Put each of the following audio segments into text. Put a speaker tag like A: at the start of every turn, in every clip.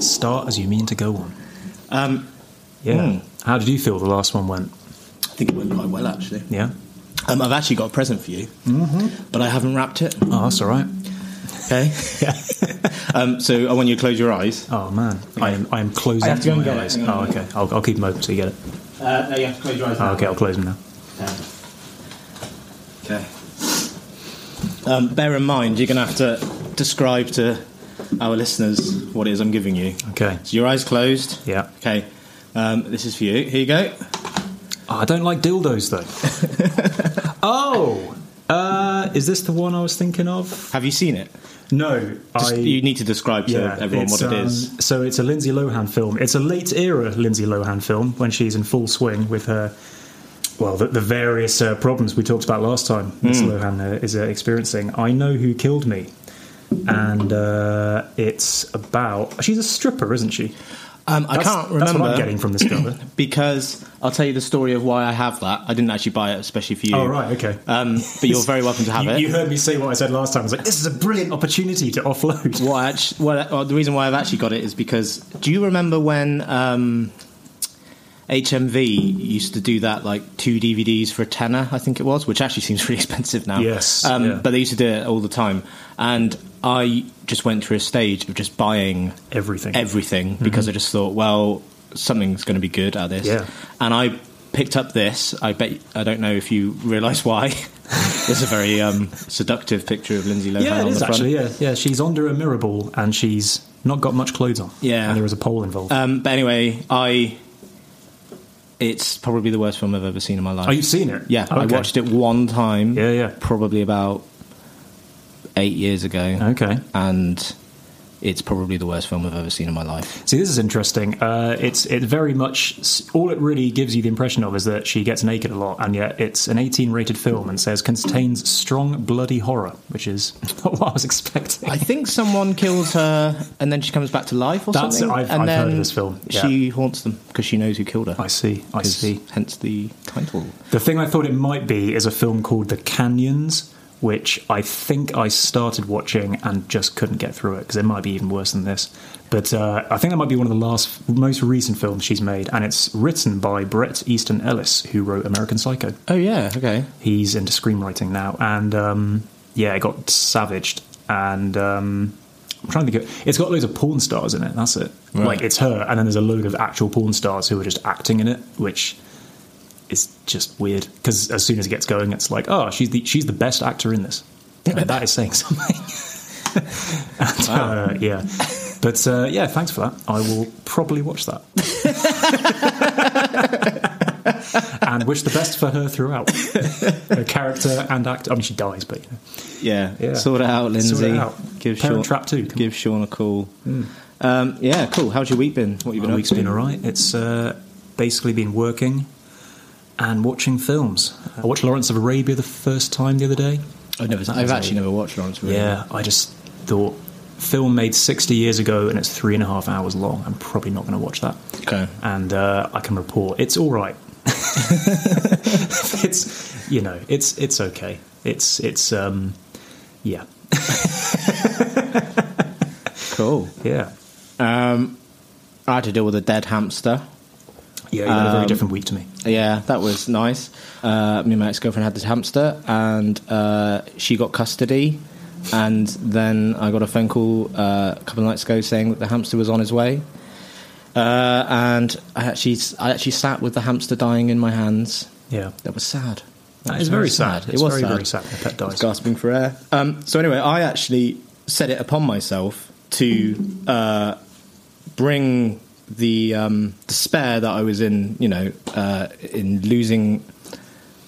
A: start as you mean to go on.
B: Um,
A: Yeah.
B: Mm.
A: How did you feel the last one went?
B: I think it went quite well actually.
A: Yeah.
B: Um, I've actually got a present for you, but I haven't wrapped it.
A: Oh, that's all right.
B: Okay.
A: Yeah.
B: Um, so I want you to close your eyes.
A: oh man, I am I am closing.
B: I have to
A: my
B: go and get it.
A: eyes.
B: Hang
A: Oh,
B: on.
A: okay. I'll, I'll keep them open so you get it.
B: Uh, no, you have to close your eyes.
A: Oh, okay, I'll close them now.
B: Okay. Um, bear in mind, you're going to have to describe to our listeners what it is I'm giving you.
A: Okay.
B: So your eyes closed.
A: Yeah.
B: Okay. Um, this is for you. Here you go.
A: Oh, I don't like dildos though. oh. Uh, is this the one I was thinking of?
B: Have you seen it?
A: No,
B: Just,
A: I.
B: you need to describe to everyone what
A: it's,
B: it
A: um,
B: is.
A: So it's a Lindsay Lohan film. It's a late era Lindsay Lohan film when she's in full swing with her, well, the, the various uh, problems we talked about last time. Miss
B: Hmm.
A: Lohan uh, is uh, experiencing. I know who killed me, and uh, it's about she's a stripper, isn't she?
B: Um, I
A: That's-
B: can't remember.
A: That's what I'm getting from this cover.
B: because I'll tell you the story of why I have that. I didn't actually buy it, especially for you.
A: oh right, okay.
B: Um, but you're very welcome to have
A: you,
B: it.
A: you heard me say what I said last time. I was like, this is a brilliant opportunity to offload.
B: What I actually, well, uh, the reason why I've actually got it is because do you remember when um, HMV used to do that like two DVDs for a tenner, I think it was, which actually seems really expensive now.
A: Yes,
B: um,
A: yeah.
B: but they used to do it all the time, and I just went through a stage of just buying
A: Everything.
B: everything because I just thought, well, something's going to be good at this.
A: Mm-hmm. Yeah.
B: And I picked up this. I bet I don't know if you realise why. it's a very um, seductive picture of Lindsay Lohan
A: Yeah,
B: on
A: it is
B: the front.
A: actually. Yeah, yeah. She's under a mirror ball and she's not got much clothes on.
B: Yeah.
A: and there is a pole involved.
B: Um, but anyway, I it's probably the worst film I've ever seen in my life.
A: oh, you've seen it?
B: yeah, I
A: Okay.
B: watched it one time.
A: Yeah, yeah.
B: probably about eight years ago,
A: Okay.
B: and it's probably the worst film I've ever seen in my life.
A: See, this is interesting. Uh, it's it very much all it really gives you the impression of is that she gets naked a lot, and yet it's an 18 rated film and says contains strong bloody horror, which is not what I was expecting.
B: I think someone kills her, and then she comes back to life, or
A: That's it.
B: something.
A: I've-
B: and
A: I've
B: then
A: heard of this film. Yeah.
B: She haunts them because she knows who killed her.
A: I see. I
B: 'Cause
A: see.
B: Hence the title.
A: The thing I thought it might be is a film called The Canyons, which I think I started watching and just couldn't get through it because it might be even worse than this. But uh, I think that might be one of the last, most recent films she's made, and it's written by Brett Easton Ellis, who wrote American Psycho.
B: Oh yeah. Okay.
A: He's into screenwriting now, and um, yeah, it got savaged. And um, I'm trying to think, of, it's got loads of porn stars in it. That's it.
B: Right.
A: Like it's her, and then there's a load of actual porn stars who are just acting in it, which is just weird. Because as soon as it gets going, it's like, oh, she's the she's the best actor in this. And that is saying something. And, uh, yeah. But uh, yeah, thanks for that. I will probably watch that. and wish the best for her throughout. her character and act. I mean, she dies, but you know.
B: Yeah.
A: Yeah.
B: Sort it out, Lindsay.
A: Sort it out.
B: Give
A: Parent
B: Sean
A: Trap too. Come
B: Give Sean a call. Um, yeah, cool. How's your week been? What you been
A: My
B: up
A: week's
B: to?
A: been all right. It's uh, basically been working and watching films. I watched Lawrence of Arabia the first time the other day.
B: I've never.
A: That
B: I've
A: was
B: actually
A: a-
B: never watched Lawrence. Really.
A: Yeah, I just thought film made 60 years ago and it's three and a half hours long. I'm probably not going to watch that.
B: Okay.
A: And uh, I can report it's all right. it's you know it's it's okay. It's it's um yeah
B: Cool.
A: yeah
B: Um, I had to deal with a dead hamster.
A: yeah. You had a very
B: Um,
A: different week to me.
B: Yeah, that was nice. Uh, me and my ex girlfriend had this hamster, and uh, she got custody. And then I got a phone call uh, a couple of nights ago saying that the hamster was on his way. Uh, and I actually, I actually sat with the hamster dying in my hands.
A: Yeah,
B: That was sad.
A: that
B: was
A: is very sad.
B: It
A: It's
B: was
A: very
B: sad.
A: very sad. when a pet
B: I was
A: dies.
B: gasping for air. Um, so anyway, I actually set it upon myself to uh, bring the um, despair that I was in, you know, uh, in losing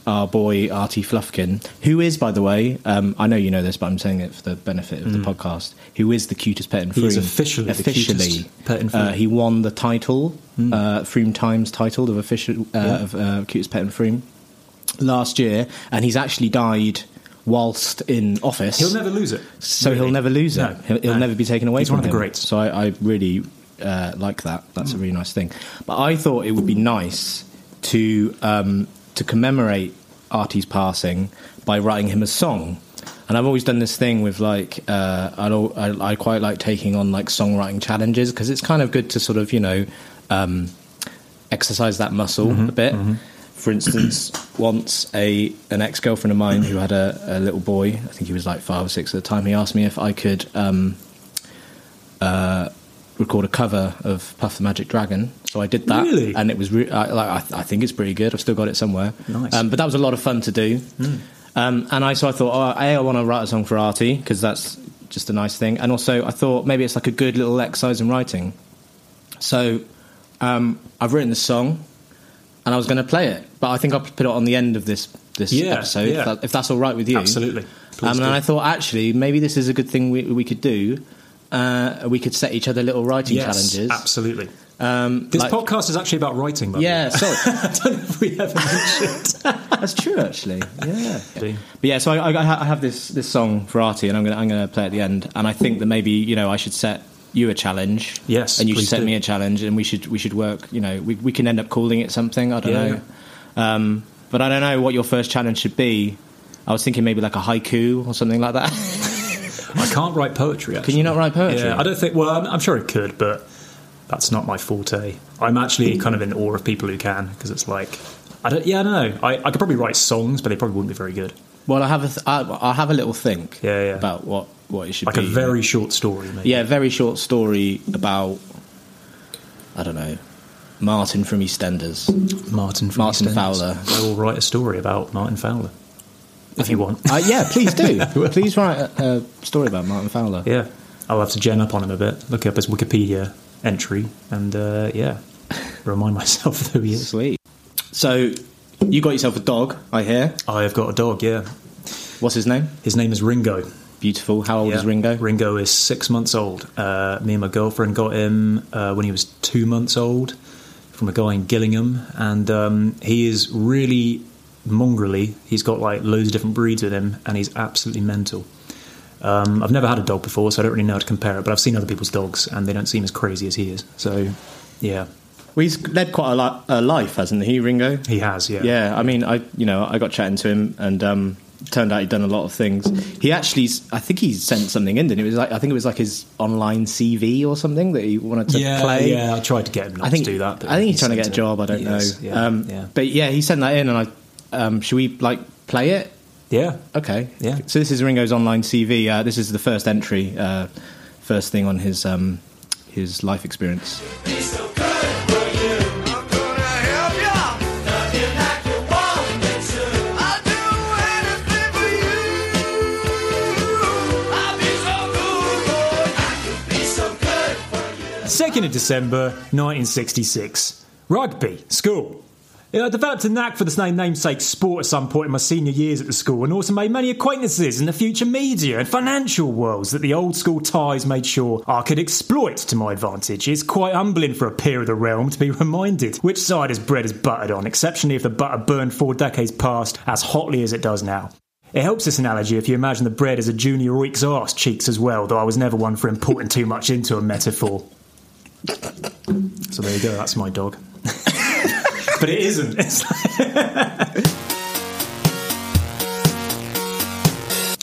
B: our boy Artie Fluffkin, who is, by the way, um, I know you know this, but I'm saying it for the benefit of the podcast, who is the cutest pet in Froome.
A: Mm. He is officially the cutest pet in Froome. Mm.
B: Uh, he won the title, uh, Froome Times title of official uh,
A: Yeah.
B: of uh, cutest pet in Froome last year, and he's actually died whilst in office.
A: He'll never lose it.
B: so
A: really.
B: he'll never lose
A: No,
B: it. He'll, he'll
A: no.
B: never be taken away.
A: He's
B: from
A: one of the
B: him.
A: greats.
B: So I, I really uh, like that. That's a really nice thing. But I thought it would be nice to um, to commemorate Artie's passing by writing him a song. And And I've always done this thing with like uh, I'll, I, I quite like taking on like songwriting challenges because it's kind of good to sort of you know um, exercise that muscle
A: Mm-hmm.
B: a bit. For instance, once a an ex girlfriend of mine who had a, a little boy, I think he was like five or six at the time, he asked me if I could um, uh, record a cover of Puff the Magic Dragon. So I did that,
A: Really?
B: and it was re- I, like I, th- I think it's pretty good. I've still got it somewhere.
A: Nice. Mm.
B: Um, but that was a lot of fun to do. Um, and I so I thought, oh, a I want to write a song for Artie because that's just a nice thing, and also I thought maybe it's like a good little exercise in writing. So um, I've written this song, and I was going to play it, but I think I'll put it on the end of this this
A: Yeah,
B: episode
A: yeah.
B: if, that, if that's all right with you.
A: Absolutely. Please
B: Um, and
A: do.
B: I thought actually maybe this is a good thing we, we could do. Uh, we could set each other little writing
A: Yes,
B: challenges.
A: absolutely.
B: Um,
A: This
B: like-
A: podcast is actually about writing, by the
B: yeah, sorry.
A: way. I don't know if we ever mentioned.
B: That's true, actually. Yeah.
A: Do.
B: But yeah, so I, I, I ha- I have this this song for Artie, and I'm gonna I'm gonna play it at the end, and I think that maybe you know I should set you a challenge.
A: Yes,
B: And you should
A: please
B: set
A: do.
B: me a challenge, and we should we should work. You know, we we can end up calling it something. I don't
A: Yeah,
B: know. Um, but I don't know what your first challenge should be. I was thinking maybe like a haiku or something like that.
A: I can't write poetry. Actually.
B: Can you not write poetry?
A: Yeah, I don't think. Well, I'm, I'm sure it could, but that's not my forte. I'm
B: Mm.
A: actually kind of in awe of people who can because it's like, I don't. Yeah, I don't know. I, I could probably write songs, but they probably wouldn't be very good.
B: well, I have a th- I, I'll have a little think.
A: Yeah, yeah.
B: About what what it should
A: Like
B: be.
A: a very short story, maybe.
B: yeah, very short story about I don't know Martin from EastEnders.
A: Martin. From
B: Martin
A: EastEnders.
B: Fowler.
A: I will write a story about Martin Fowler if you want.
B: Uh, yeah, please do. please write a, a story about Martin Fowler.
A: Yeah, I'll have to gen up on him a bit. Look up his Wikipedia entry, and uh, yeah, remind myself who he is.
B: Sweet. So, you got yourself a dog, I hear.
A: I have got a dog. Yeah,
B: What's his name?
A: his name is Ringo.
B: Beautiful. How old
A: Yeah.
B: is Ringo?
A: Ringo is six months old. Uh, me and my girlfriend got him uh, when he was two months old from a guy in Gillingham, and um, he is really mongrelly. He's got like loads of different breeds with him, and he's absolutely mental. Um, I've never had a dog before, so I don't really know how to compare it. But I've seen other people's dogs, and they don't seem as crazy as he is. So, yeah,
B: well, he's led quite a, li- a life, hasn't he, Ringo?
A: he has. Yeah,
B: Yeah, I mean, I you know, I got chatting to him, and um, turned out he'd done a lot of things. He actually, s- I think he sent something in, and it was like, I think it was like his online CV or something that he wanted to
A: yeah,
B: play.
A: yeah. I tried to get him not
B: I think
A: to do that. But
B: I think he's trying to
A: seemed
B: get a job. I don't
A: He
B: know.
A: is, Yeah,
B: um,
A: yeah,
B: But yeah, he sent that in, and I um, should we like play it?
A: yeah.
B: Okay.
A: Yeah.
B: So this is Ringo's online CV. Uh, this is the first entry, uh, first thing on his um, his life experience.
C: Be so good for you. I'm gonna help ya. Love you like you want me to. I'll do anything for you. I'll be so good for you. I could be so good for you.
A: 2nd of December 1966. Rugby, school. Yeah, I developed a knack for this na- namesake sport at some point in my senior years at the school and also made many acquaintances in the future media and financial worlds that the old school ties made sure I could exploit to my advantage. It's quite humbling for a peer of the realm to be reminded which side his bread is buttered on, exceptionally if the butter burned four decades past as hotly as it does now. It helps this analogy if you imagine the bread as a junior oik's arse cheeks as well, though I was never one for importing too much into a metaphor. So there you go. That's my dog. but it isn't. It's like-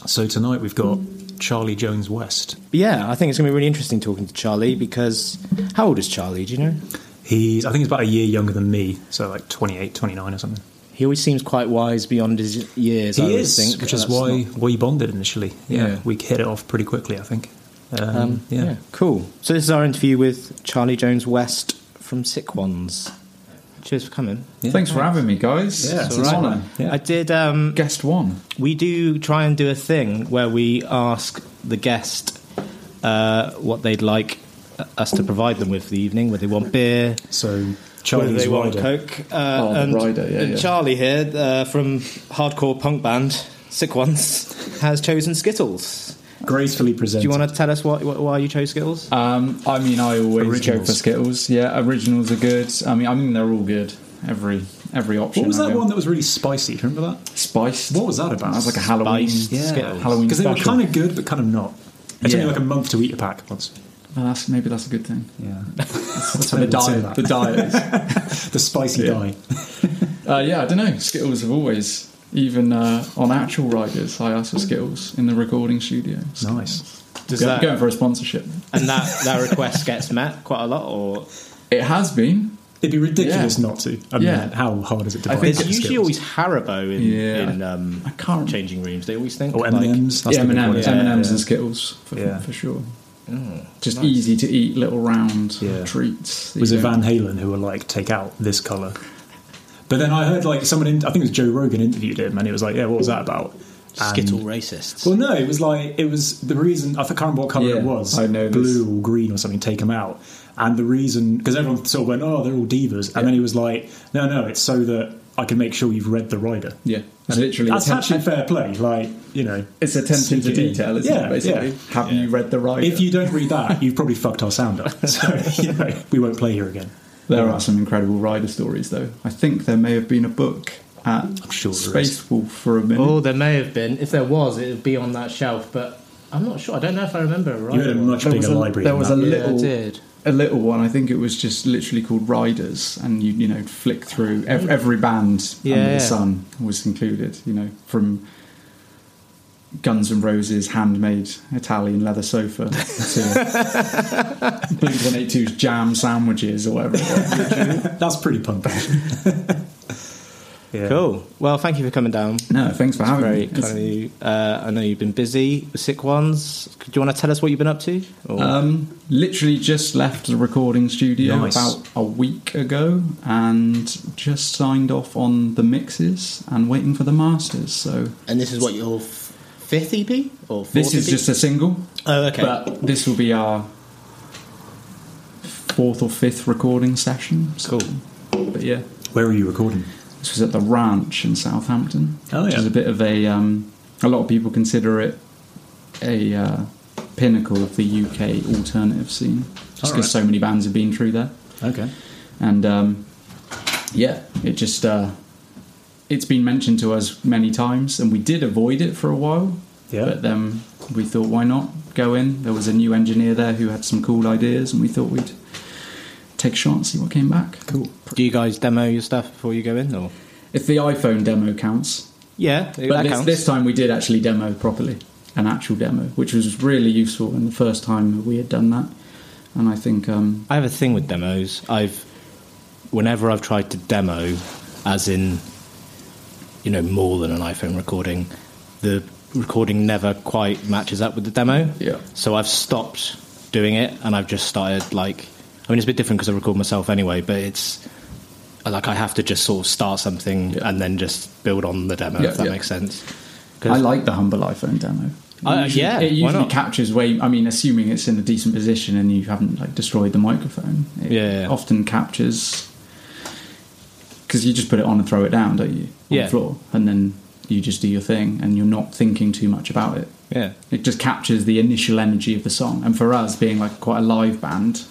A: so tonight we've got Charlie Jones West.
B: Yeah, I think it's going to be really interesting talking to Charlie because how old is Charlie? Do you know?
A: He's I think he's about a year younger than me, so like 28, 29 or something.
B: He always seems quite wise beyond his years. I
A: he
B: always
A: is,
B: think,
A: which is
B: That's
A: why
B: not-
A: we bonded initially. Yeah,
B: Yeah.
A: we hit it off pretty quickly. I think. Um,
B: um,
A: yeah.
B: yeah. cool. So this is our interview with Charlie Jones West from Sick Ones. Cheers for coming.
D: Thanks for having me, guys.
A: Yeah,
D: it's
A: it's
D: an
A: all
D: honour.
A: Yeah.
B: I did. Um,
D: Guest one.
B: we do try and do a thing where we ask the guest uh, what they'd like uh, us to provide them with for the evening, whether they want beer,
A: So
B: whether
A: Charlie's
B: they want
A: rider.
B: Coke. Uh,
D: Oh, the
B: and,
D: rider, yeah,
B: and
D: yeah.
B: Charlie here uh, from hardcore punk band Sick Ones has chosen Skittles.
A: gracefully presented.
B: Do you want to tell us why, why you chose Skittles?
D: Um, I mean, I always go
A: Originals.
D: for Skittles. Yeah, originals are good. I mean, I mean they're all good. Every every option.
A: What was
D: I
A: that
D: go.
A: one that was really spicy? Do you remember that?
D: Spiced.
A: What was that about?
D: That was like a Halloween.
B: Spiced
A: Yeah.
B: Skittles.
D: Halloween
A: Because they were
D: special.
A: kind of good, but kind of not. It took me
D: Yeah.
A: like a month to eat a pack once.
D: Well, that's maybe that's a good thing.
A: Yeah.
D: That's
A: maybe
D: the
A: that's
D: diet.
A: it.
D: The diet.
A: the spicy
D: Yeah.
A: dye.
D: uh, yeah, I don't know. Skittles have always even uh, on actual riders, I asked for skills in the recording studio. So
A: Nice.
B: Does
D: go-
B: that
D: going for a sponsorship.
B: and that that request gets met quite a lot, or
D: It has been.
A: It'd be ridiculous
D: Yeah.
A: not to. I
D: Yeah.
A: mean, how hard is it to
D: I
A: buy?
D: think
B: it's
A: those
B: usually
A: skills?
B: always Haribo in,
D: Yeah. Oh,
B: in um,
D: I can't remember.
B: changing rooms. They always think
A: or
B: like,
A: M&Ms. That's
D: yeah,
A: the big
D: M&Ms,
A: one, isn't it?
B: yeah.
D: M&Ms and Skittles for,
A: Yeah.
D: for sure.
A: Oh,
D: Just easy to eat little round
A: Yeah.
D: treats. that
A: was
D: you
A: it
D: don't-
A: Van Halen who were like, take out this color? But then I heard like someone, in, I think it was Joe Rogan, interviewed him, and he was like, yeah, what was that about? And-
B: skittle racists.
A: Well, no, it was like it was the reason I can't remember what color
D: Yeah,
A: it was.
D: I know
A: blue
D: this.
A: or green or something. Take them out, and the reason because everyone sort of went, "Oh, they're all divas," and then he was like, "No, no, it's so that I can make sure you've read the rider."
D: Yeah, it's literally
A: That's
D: atten-
A: actually fair play. Like you know,
D: it's attention to
A: sneak it in.
D: detail, isn't
A: Yeah,
D: it? Basically,
A: yeah.
D: have you read the right?
A: If you don't read that, you've probably fucked our sound up. So you know, we won't play here again.
D: There are some incredible rider stories, though. I think there may have been a book at
A: sure there
D: Space Wolf for a minute.
B: Oh, there may have been. If there was, it would be on that shelf, but I'm not sure. I don't know if I remember. Right
A: You had a much
D: There was
A: bigger
D: a-
A: library.
D: there
A: than
D: was
A: that.
D: a
B: yeah,
D: little-
B: I did.
D: A little one, I think it was just literally called Riders, and you you know flick through ev- every band under
B: Yeah.
D: the sun was included. You know from Guns N' Roses handmade Italian leather sofa to Blink 182's jam sandwiches or whatever. It was.
A: That's pretty punk. yeah.
B: Cool. Well, thank you for coming down.
D: No, thanks for having
B: Very
D: me.
B: kind of you. Uh, I know you've been busy with sick ones. Do you want to tell us what you've been up to? Or-
D: Um, literally just left the recording studio
A: Nice.
D: about a week ago and just signed off on the mixes and waiting for the masters. So
B: and this is what your f- fifth EP or fourth
D: this is
B: EP?
D: just a single,
B: oh okay.
D: but this will be our fourth or fifth recording session. So, cool. But yeah,
A: Where are you recording?
D: this was at the ranch in Southampton,
A: Oh,
D: which
A: yeah.
D: is a bit of a. Um, a lot of people consider it a uh, pinnacle of the UK alternative scene, just because
A: Alright.
D: so many bands have been through there.
A: Okay.
D: and um, yeah, it just uh, it's been mentioned to us many times, and we did avoid it for a while.
A: Yeah.
D: But then we thought, why not go in? There was a new engineer there who had some cool ideas, and we thought we'd take a shot and see what came back.
A: Cool.
B: Do you guys demo your stuff before you go in, or
D: If the iPhone demo counts,
B: yeah,
D: but
B: that
D: this,
B: counts.
D: this time we did actually demo properly, an actual demo, which was really useful. And the first time we had done that, and I think um,
B: I have a thing with demos. I've whenever I've tried to demo, as in you know more than an iPhone recording, the recording never quite matches up with the demo.
D: Yeah.
B: So I've stopped doing it, and I've just started like I mean it's a bit different because I record myself anyway, but it's like I have to just sort of start something and then just build on the demo
D: Yeah,
B: if that
D: yeah.
B: makes sense. 'Cause-
D: I like the humble iPhone demo.
B: Uh,
D: Usually-
B: yeah,
D: it
B: why
D: usually
B: not?
D: captures way. I mean, assuming it's in a decent position and you haven't like destroyed the microphone, it
B: Yeah, yeah.
D: often captures because you just put it on and throw it down, don't you? On
B: Yeah.
D: the floor, and then you just do your thing, and you're not thinking too much about it.
B: yeah.
D: It just captures the initial energy of the song, and for us being like quite a live band,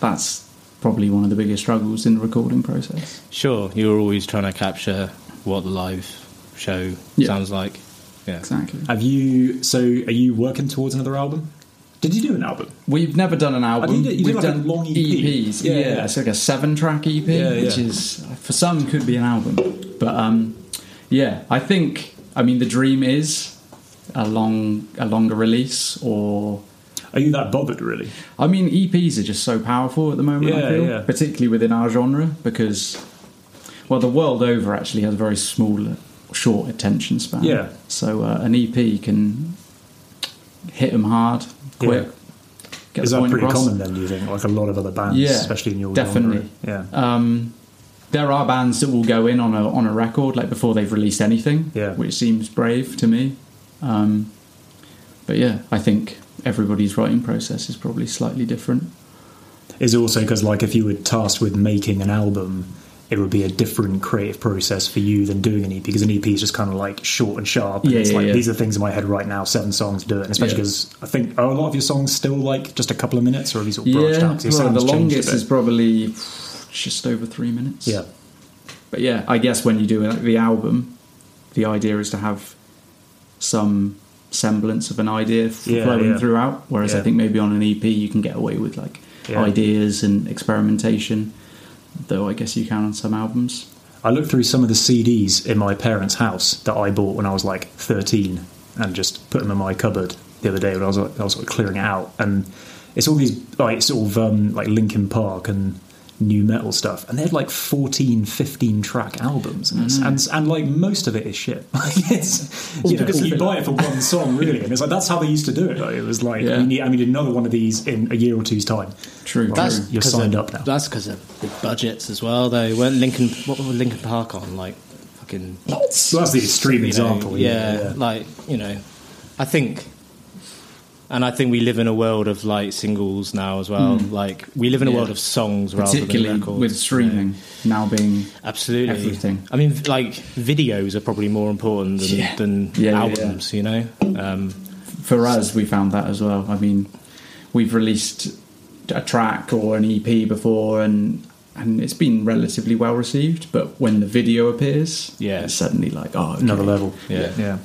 D: that's probably one of the biggest struggles in the recording process.
B: Sure, you're always trying to capture what the live show
D: Yeah.
B: sounds like. Yeah.
D: Exactly.
A: Have you? So, are you working towards another album? Did you do an album?
D: We've never done an album.
A: Oh, you did- you
D: We've
A: did like a
D: done
A: long EP.
D: EPs.
A: Yeah,
D: Yeah,
A: yeah.
D: it's like a seven-track EP,
A: Yeah,
D: which
A: yeah.
D: is for some could be an album, but um, yeah, I think I mean the dream is a long, a longer release, or
A: Are you that bothered, really?
D: I mean EPs are just so powerful at the moment.
A: Yeah,
D: I feel,
A: yeah.
D: particularly within our genre, because well, the world over actually has a very small, short attention span.
A: Yeah.
D: so uh, an EP can hit them hard, quick.
A: Yeah.
D: Get
A: Is
D: the
A: that
D: point
A: pretty
D: across.
A: common then? Do you think, like a lot of other bands,
D: Yeah,
A: especially in your
D: definitely.
A: genre? Yeah,
D: um, there are bands that will go in on a on a record like before they've released anything,
A: Yeah.
D: which seems brave to me. Um, but yeah, I think everybody's writing process is probably slightly different.
A: is also because like if you were tasked with making an album, it would be a different creative process for you than doing an EP because an EP is just kind of like short and sharp. And
D: Yeah,
A: it's
D: yeah,
A: like
D: yeah.
A: these are things in my head right now. Seven songs, do it. And especially
D: Yeah.
A: because I think are a lot of your songs still like just a couple of minutes, or have you sort of branched out?
D: yeah,
A: 'Cause your
D: well,
A: sound's
D: the
A: changed a
D: longest
A: bit.
D: is probably just over three minutes.
A: yeah,
D: but yeah, I guess when you do like, the album, the idea is to have some semblance of an idea f-
A: Yeah,
D: flowing
A: yeah.
D: throughout. Whereas I
A: Yeah.
D: think maybe on an EP you can get away with like
A: Yeah.
D: ideas and experimentation, though I guess you can on some albums.
A: I looked through some of the CDs in my parents' house that I bought when I was like 13 and just put them in my cupboard the other day when I was, like, I was sort of clearing it out. And it's all these like sort of um, like Linkin Park and new metal stuff. And they had like 14, 15 track albums. And,
D: Mm.
A: it's, and, and like most of it is shit. Like it's, you, know,
D: because of
A: you
D: it,
A: buy it for one song really. And it's like, that's how they used to do it. Like, it was like,
D: Yeah.
A: we need, I need another one of these in a year or two's time.
D: True.
A: That's-
D: true.
A: You're
B: 'cause
A: signed
B: of,
A: up now.
B: That's because of big budgets as well, though. Weren't Lincoln? What were Lincoln Park on? Like fucking
A: So that's the extreme
B: you know,
A: example.
B: yeah, like you know, I think, and I think we live in a world of like singles now as well. Like we live in a
D: Yeah.
B: world of songs rather than
D: Particularly
B: records.
D: with
B: you know.
D: streaming now being
B: Absolutely.
D: Everything.
B: I mean, like videos are probably more important than,
D: Yeah.
B: than
D: Yeah, yeah,
B: albums, you know. Um,
D: for us, we found that as well. I mean, we've released a track or an EP before, and and it's been relatively well received. But when the video appears,
B: Yeah.
D: it's suddenly like oh, okay.
A: Another level.
B: Yeah.
A: Yeah.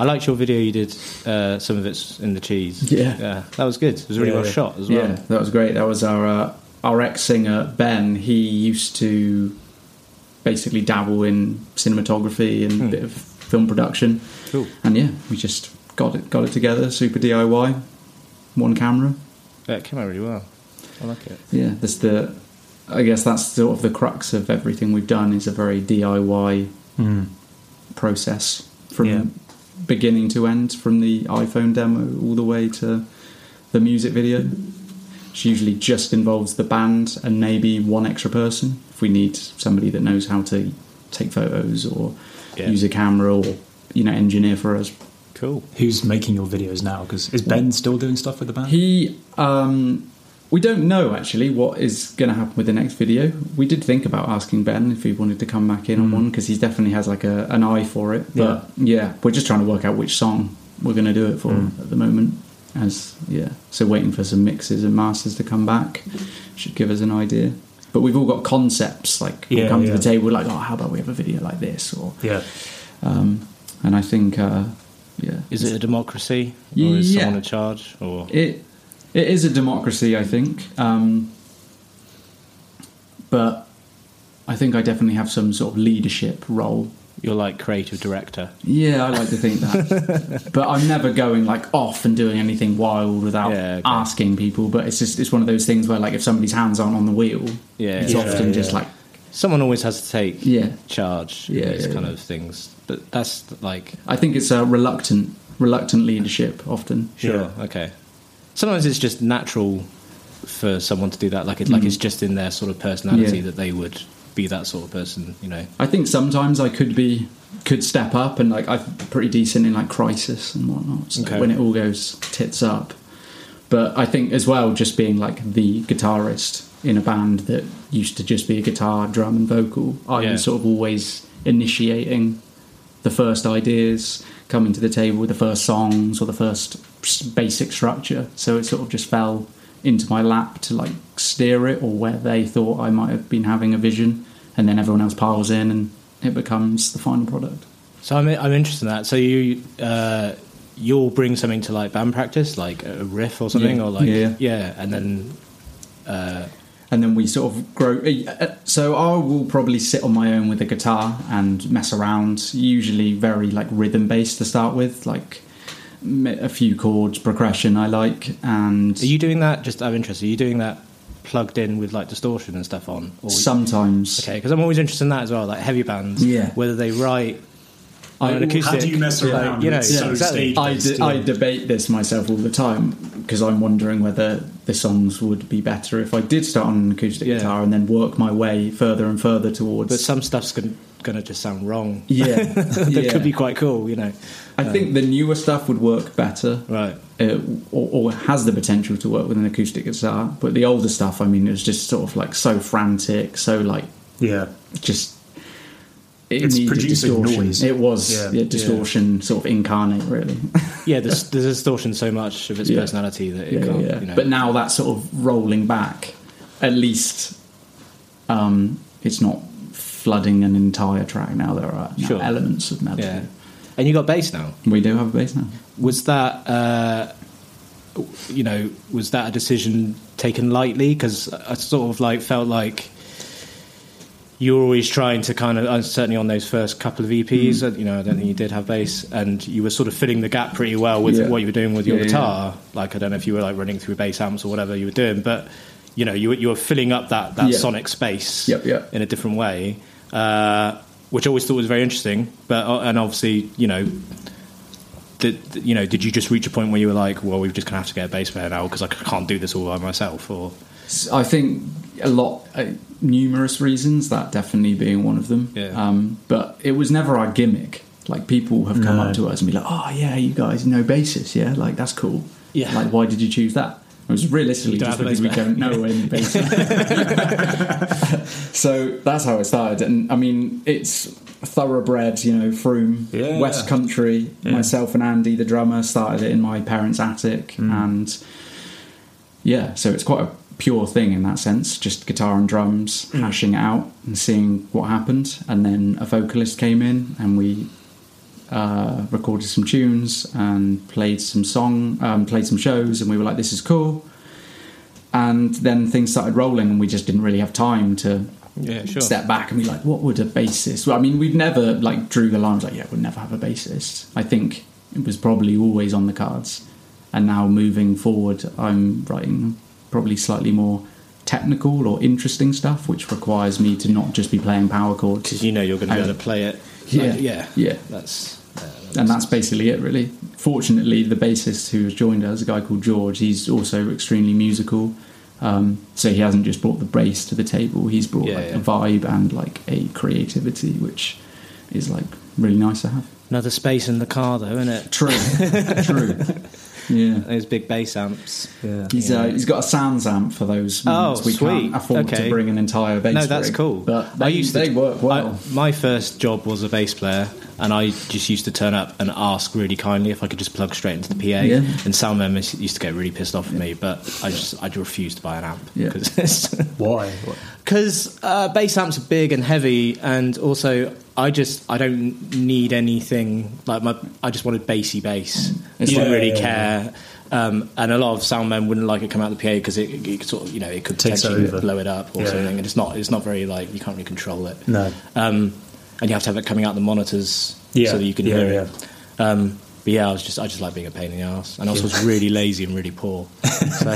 B: I liked your video you did. Uh, some of it's in the cheese.
D: Yeah.
B: yeah, that was good. It was really
A: Yeah,
B: well
A: yeah.
B: shot as well.
D: Yeah, that was great. That was our uh, our ex singer Ben. He used to basically dabble in cinematography and a bit of film production.
B: Hmm. Cool.
D: And yeah, we just got it got it together. Super DIY, one camera.
B: Yeah, it came out really well. I like it.
D: Yeah, that's the. I guess that's sort of the crux of everything we've done is a very DIY process from
A: Yeah.
D: beginning to end, from the iPhone demo all the way to the music video. Which usually just involves the band and maybe one extra person if we need somebody that knows how to take photos or
B: Yeah.
D: use a camera or you know engineer for us.
B: Cool.
A: Who's making your videos now? Because is
B: Mm.
A: Ben still doing stuff with the band?
D: He, um, we don't know actually what is going to happen with the next video. We did think about asking Ben if he wanted to come back in on one because he definitely has like a, an eye for it. But yeah. we're just trying to work out which song we're going to do it for at the moment. As yeah, so waiting for some mixes and masters to come back should give us an idea. But we've all got concepts like we
A: Yeah,
D: come to
A: yeah.
D: the table we're like, oh, how about we have a video like this or
A: yeah.
D: um, and I think uh, yeah,
B: Is it a democracy or is
D: Yeah.
B: someone in charge? Or
D: it it is a democracy, I think. Um, but I think I definitely have some sort of leadership role.
B: you're like creative director?
D: Yeah, I like to think that. but I'm never going like off and doing anything wild without
B: Yeah, okay.
D: asking people. But it's just it's one of those things where like if somebody's hands aren't on the wheel,
B: Yeah,
D: it's
B: yeah,
D: often
A: yeah.
D: just like
B: Someone always has to take
D: Yeah.
B: charge. in
D: Yeah,
B: these
D: yeah,
B: kind
D: yeah.
B: of things. But that's like
D: I think it's a reluctant reluctant leadership often.
B: Sure. Okay. Sometimes it's just natural for someone to do that. Like it, like it's just in their sort of personality
D: Mm. Yeah.
B: that they would be that sort of person. You know.
D: I think sometimes I could be could step up and like I'm pretty decent in like crisis and whatnot. So
B: Okay.
D: when it all goes tits up, but I think as well just being like the guitarist in a band that used to just be a guitar, drum, and vocal. I
B: Yeah.
D: was sort of always initiating the first ideas, coming to the table with the first songs or the first s- basic structure. So it sort of just fell into my lap to like steer it or where they thought I might have been having a vision, and then everyone else piles in and it becomes the final product.
B: So I'm I'm interested in that. So you uh, you'll bring something to like band practice, like a riff or something,
D: Yeah.
B: or like
D: Yeah.
B: and then
D: and then we sort of grow. uh, So I will probably sit on my own with the guitar and mess around. Usually very like rhythm based to start with, like m- a few chords progression I like. And
B: are you doing that? Just out of interest, are you doing that plugged in with like distortion and stuff on? Or
D: sometimes,
B: okay, because I'm always interested in that as well. Like heavy bands,
D: Yeah.
B: Whether they write
D: I,
B: on an
A: How
B: acoustic,
A: do you mess
B: like,
A: around?
B: you know,
A: It's so
B: yeah, exactly. Uh,
A: staged.
D: I, de- I debate this myself all the time because I'm wondering whether the songs would be better if I did start on an acoustic
B: Yeah.
D: guitar and then work my way further and further towards.
B: But some stuff's going to just sound wrong.
D: yeah,
B: that
D: yeah.
B: could be quite cool, you know.
D: I think the newer stuff would work better.
B: Right.
D: uh, or, or has the potential to work with an acoustic guitar. But the older stuff, I mean, it was just sort of like so frantic, so like
A: yeah.
D: just. It
A: It's
D: needed
A: producing
D: distortion.
A: noise.
D: It was
A: Yeah.
D: yeah, distortion, sort of incarnate, really.
B: Yeah, there's, there's distortion so much of its
D: Yeah.
B: personality that it
D: yeah,
B: can't,
D: yeah.
B: you know.
D: But now that's sort of rolling back. At least, um, it's not flooding an entire track now. There are now
B: Sure.
D: elements of melody.
B: yeah. And you got bass now.
D: We do have a bass now.
B: Was that, uh, you know, was that a decision taken lightly? Because I sort of like felt like you were always trying to kind of, uh, certainly on those first couple of EPs,
D: Mm-hmm.
B: uh, you know, I don't think you did have bass, and you were sort of filling the gap pretty well with
D: Yeah.
B: what you were doing with your
D: Yeah, yeah.
B: guitar. Like, I don't know if you were like running through bass amps or whatever you were doing, but you know, you, were- you were filling up that, that
D: Yeah.
B: sonic space
D: Yep, yeah.
B: in a different way, uh, which I always thought was very interesting. But, uh, and obviously, you know, did, you know, did you just reach a point where you were like, well, we're just going to have to get a bass player now because I c- can't do this all by myself? Or
D: I think a lot, uh, numerous reasons, that definitely being one of them.
B: Yeah.
D: Um, but it was never our gimmick. Like people have come
A: No.
D: up to us and be like, "Oh yeah, you guys know basis, yeah? Like that's cool.
B: Yeah.
D: Like why did you choose that?" It was realistically
B: You don't
D: just
B: have a
D: because we
B: bass
D: don't know any basis. so that's how it started, and I mean it's thoroughbred, you know, Froome,
A: Yeah.
D: West Country.
A: Yeah.
D: Myself and Andy, the drummer, started it in my parents' attic,
A: Mm.
D: and yeah, so it's quite a pure thing in that sense, just guitar and drums,
A: Mm.
D: hashing it out and seeing what happened. And then a vocalist came in and we uh, recorded some tunes and played some song, um, played some shows, and we were like, "This is cool." And then things started rolling, and we just didn't really have time to
B: Yeah, sure.
D: step back and be like, "What would a bassist?" Well, I mean, we've never like drew the line like, "Yeah, we'll never have a bassist." I think it was probably always on the cards, and now moving forward, I'm writing probably slightly more technical or interesting stuff, which requires me to not just be playing power chords.
B: because you know you're going to be
D: I-
B: able to play it.
D: Yeah.
B: Like, yeah,
D: Yeah.
B: That's
D: and that's basically it really fortunately the bassist who has joined us a guy called george he's also extremely musical um, so he hasn't just brought the bass to the table he's brought
B: Yeah,
D: like
B: yeah.
D: a vibe and like a creativity which is like really nice to have
B: another space in the car, though, isn't it?
D: true true yeah
B: Those big bass amps.
A: Yeah.
D: He's, uh, he's got a Sans amp for those. moments
B: Oh,
D: we
B: sweet.
D: can't afford
B: Okay.
D: to bring an entire bass.
B: No, that's
D: rig,
B: cool.
D: But they, they work well.
B: I- my first job was a bass player, and I just used to turn up and ask really kindly if I could just plug straight into the PA.
D: Yeah.
B: And sound men used to get really pissed off at me, but I just I refused to buy an amp
D: Yeah.
B: because
A: Why? What-
B: because uh, bass amps are big and heavy, and also I just I don't need anything like my I just wanted bassy bass.
D: It's
B: you don't
A: like-
B: really
A: Yeah,
B: care. Um, and a lot of sound men wouldn't like it come out of the PA because it, it, could sort of you know it could
A: Takes
B: potentially
A: over.
B: blow it up or
A: Yeah.
B: something, and it's not it's not very like you can't really control it.
A: No.
B: um, and you have to have it coming out the monitors
A: Yeah,
B: so that you can
A: yeah,
B: hear it. Um, but yeah, I was just I just like being a pain in the ass, and I also was really lazy and really poor. So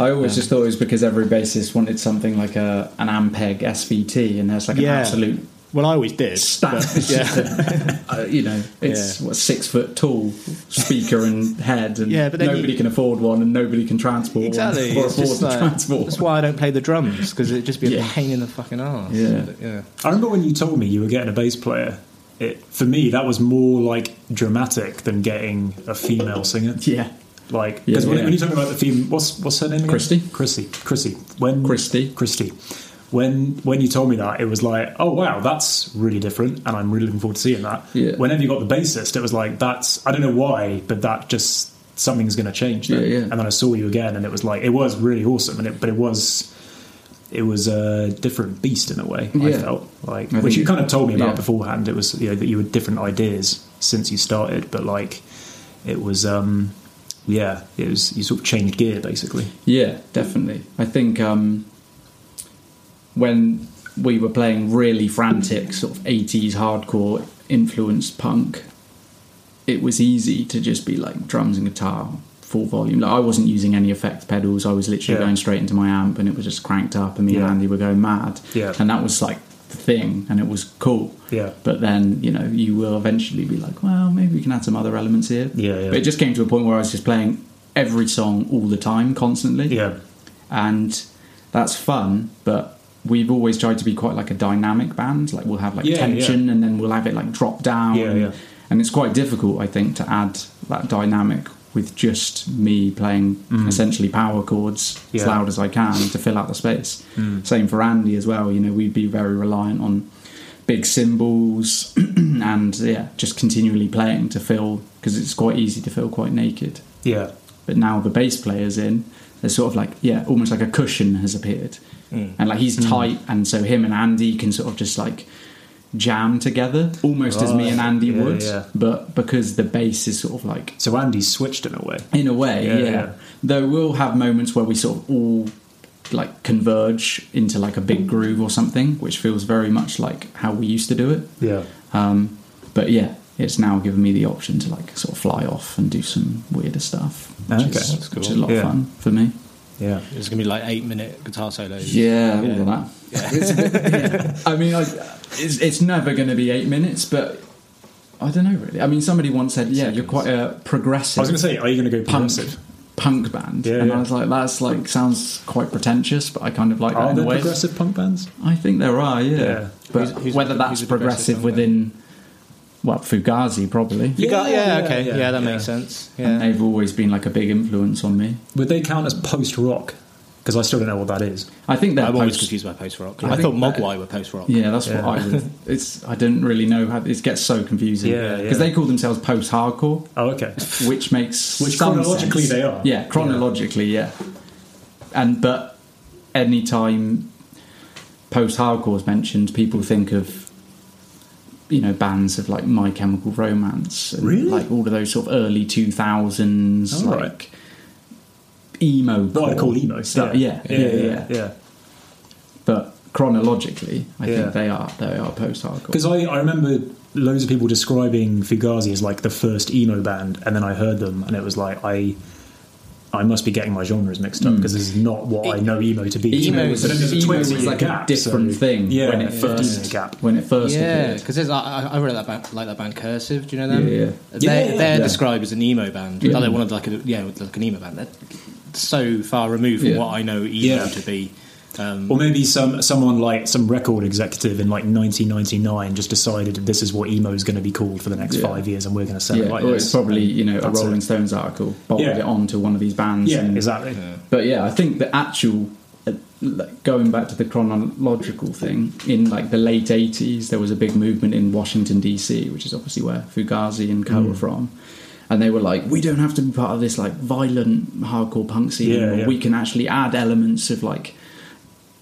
D: I always just thought it was because every bassist wanted something like a an Ampeg SVT, and there's like an absolute
B: Well, I always did.
D: stat. It's just a- uh, you know, it's
B: Yeah.
D: what, six foot tall speaker and head, and
B: Yeah, but then
D: nobody
B: you-
D: can afford one, and nobody can transport
B: Exactly.
D: one or
B: It's
D: afford
B: just
D: to
B: like-
D: transport.
B: That's
D: one.
B: why I don't play the drums because it'd just be a
D: Yeah.
B: pain in the fucking ass.
D: Yeah.
B: yeah.
A: I remember when you told me you were getting a bass player. It, for me, that was more like dramatic than getting a female singer.
D: Yeah,
A: Like
D: Yeah,
A: because when,
D: yeah.
A: when you talk about the theme, what's what's her name? Again?
D: Christy.
A: Christy. Christy. When
D: Christy.
A: Christy. When when you told me that, it was like, oh wow, that's really different, and I'm really looking forward to seeing that.
D: Yeah.
A: Whenever you got the bassist, it was like that's I don't know why, but that just something's going to change. then.
D: Yeah, yeah.
A: And then I saw you again, and it was like it was really awesome, and it but it was it was a different beast in a way. I
D: Yeah.
A: felt like
D: I
A: which
D: think-
A: you kind of told me about
D: yeah.
A: beforehand. It was you know that you had different ideas since you started, but like it was um yeah, it was you sort of changed gear basically.
D: yeah, definitely. I think um, when we were playing really frantic sort of 80s hardcore influenced punk it was easy to just be like drums and guitar full volume like i wasn't using any effect pedals i was literally
A: Yeah.
D: going straight into my amp and it was just cranked up and me
A: Yeah.
D: and andy were going mad
A: Yeah.
D: and that was like the thing and it was cool
A: Yeah.
D: but then you know you will eventually be like well maybe we can add some other elements here
A: Yeah, yeah.
D: but it just came to a point where i was just playing every song all the time constantly
A: Yeah.
D: and that's fun but we've always tried to be quite like a dynamic band like we'll have like
A: Yeah,
D: tension and then we'll have it like drop down
A: Yeah,
D: and,
A: yeah.
D: and it's quite difficult i think to add that dynamic with just me playing essentially power chords as
A: Mm. Yeah. Mm.
D: loud as i can to fill out the space same for andy as well you know we'd be very reliant on big cymbals and yeah just continually playing to fill because it's quite easy to feel quite naked
A: Yeah.
D: but now the bass player's in there's sort of like yeah almost like a cushion has appeared
A: Mm.
D: and like he's tight and so him and andy can sort of just like jam together almost as me
A: Right.
D: and andy
A: Yeah,
D: would
A: yeah.
D: but because the bass is sort of like
A: So Andy switched in a way.
D: in a way
A: Yeah,
D: yeah,
A: yeah.
D: though we'll have moments where we sort of all like converge into like a
A: Mm.
D: big groove or something, which feels very much like how we used to do it.
A: Yeah.
D: Um, but yeah, it's now given me the option to like sort of fly off and do some weirder stuff, which,
A: Okay.
D: is,
B: That's cool.
D: which is a lot
A: Yeah.
D: of fun for me.
A: Yeah.
B: It's going to be like eight minute guitar solos.
D: Yeah, all
B: Yeah.
D: of that. It's a bit- yeah. I mean, I, it's, it's never going to be eight minutes, but I don't know really. I mean, somebody once said, "Yeah, you're quite a progressive."
A: I was going to say, are you going to go
D: punk
A: progressive?
D: punk band,
A: Yeah,
D: and
A: yeah.
D: I was like, "That's like sounds quite pretentious," but I kind of like that
A: Are
D: in a
A: there
D: way.
A: progressive punk bands?
D: I think there are, yeah.
A: Yeah.
D: But
B: Who's- who's
D: whether
B: a-
D: that's
B: who's a
D: progressive
B: progressive band?
D: within, well, Fugazi probably.
B: You got- yeah,
A: Yeah, yeah,
B: okay.
A: yeah,
B: Yeah, that makes
A: yeah.
B: sense.
D: And
B: Yeah.
D: they've always been like a big influence on me.
A: Would they count as post rock? Because I still don't know what that is.
D: I think they're
B: I'm always
D: post-
B: confused by post rock.
D: I
B: I, thought
D: think that-
B: Mogwai were post rock.
D: Yeah, that's
A: Yeah.
D: what I would. It's I don't really know how it gets so confusing.
A: Yeah, yeah.
D: because they call themselves post-hardcore,
A: Oh, okay.
D: which makes
A: Which
D: some
A: chronologically
D: sense.
A: they are.
D: Yeah, chronologically, yeah. And but any time post-hardcore is mentioned, people think of you know bands of like My Chemical Romance, and
A: Really?
D: like all of those sort of early two thousands,
A: All
D: like
A: right.
D: emo.
A: What I'd call emo
D: stuff.
A: stuff.
D: yeah, yeah. yeah, yeah.
A: yeah.
D: But chronologically, I
A: Yeah.
D: think they are they are post-hardcore.
A: Because I, I remember loads of people describing Fugazi as like the first emo band, and then I heard them, and it was like I. I must be getting my genres mixed
D: Hmm.
A: up because this is not what I know emo to be.
B: Emo
A: But
B: is-
A: then there's a
D: E-, emo
A: 20
D: is
A: year
D: like a
A: gap,
D: different thing
A: Yeah,
D: when it
A: yeah,
D: first-
A: 15 year gap.
D: when it first
B: Yeah,
D: appeared.
B: because I, I read that band, like that band Cursive. Do you know them?
D: Yeah, yeah.
B: They're,
A: Yeah, yeah,
B: they're
A: yeah.
B: described as an emo band.
D: Yeah.
B: Like they're one of like a, yeah, like an emo band. They're so far removed from
D: Yeah.
B: what I know emo
A: Yeah.
B: to be. Um,
A: Or maybe some someone like some record executive in like 1999 just decided this is what emo is going to be called for the next
D: Yeah.
A: five years, and we're going to sell
D: Yeah,
A: it like
D: or
A: this.
D: it's probably you know a
A: That's
D: Rolling
A: it.
D: Stones article bolted
A: Yeah.
D: it onto one of these bands.
A: Yeah,
D: and-
A: exactly.
D: But yeah, I think the actual uh, like, going back to the chronological thing in like the late eighties, there was a big movement in Washington D.C., which is obviously where Fugazi and Co were
A: Mm.
D: from. And they were like, we don't have to be part of this like violent hardcore punk scene.
A: Yeah,
D: anymore.
A: yeah.
D: We can actually add elements of like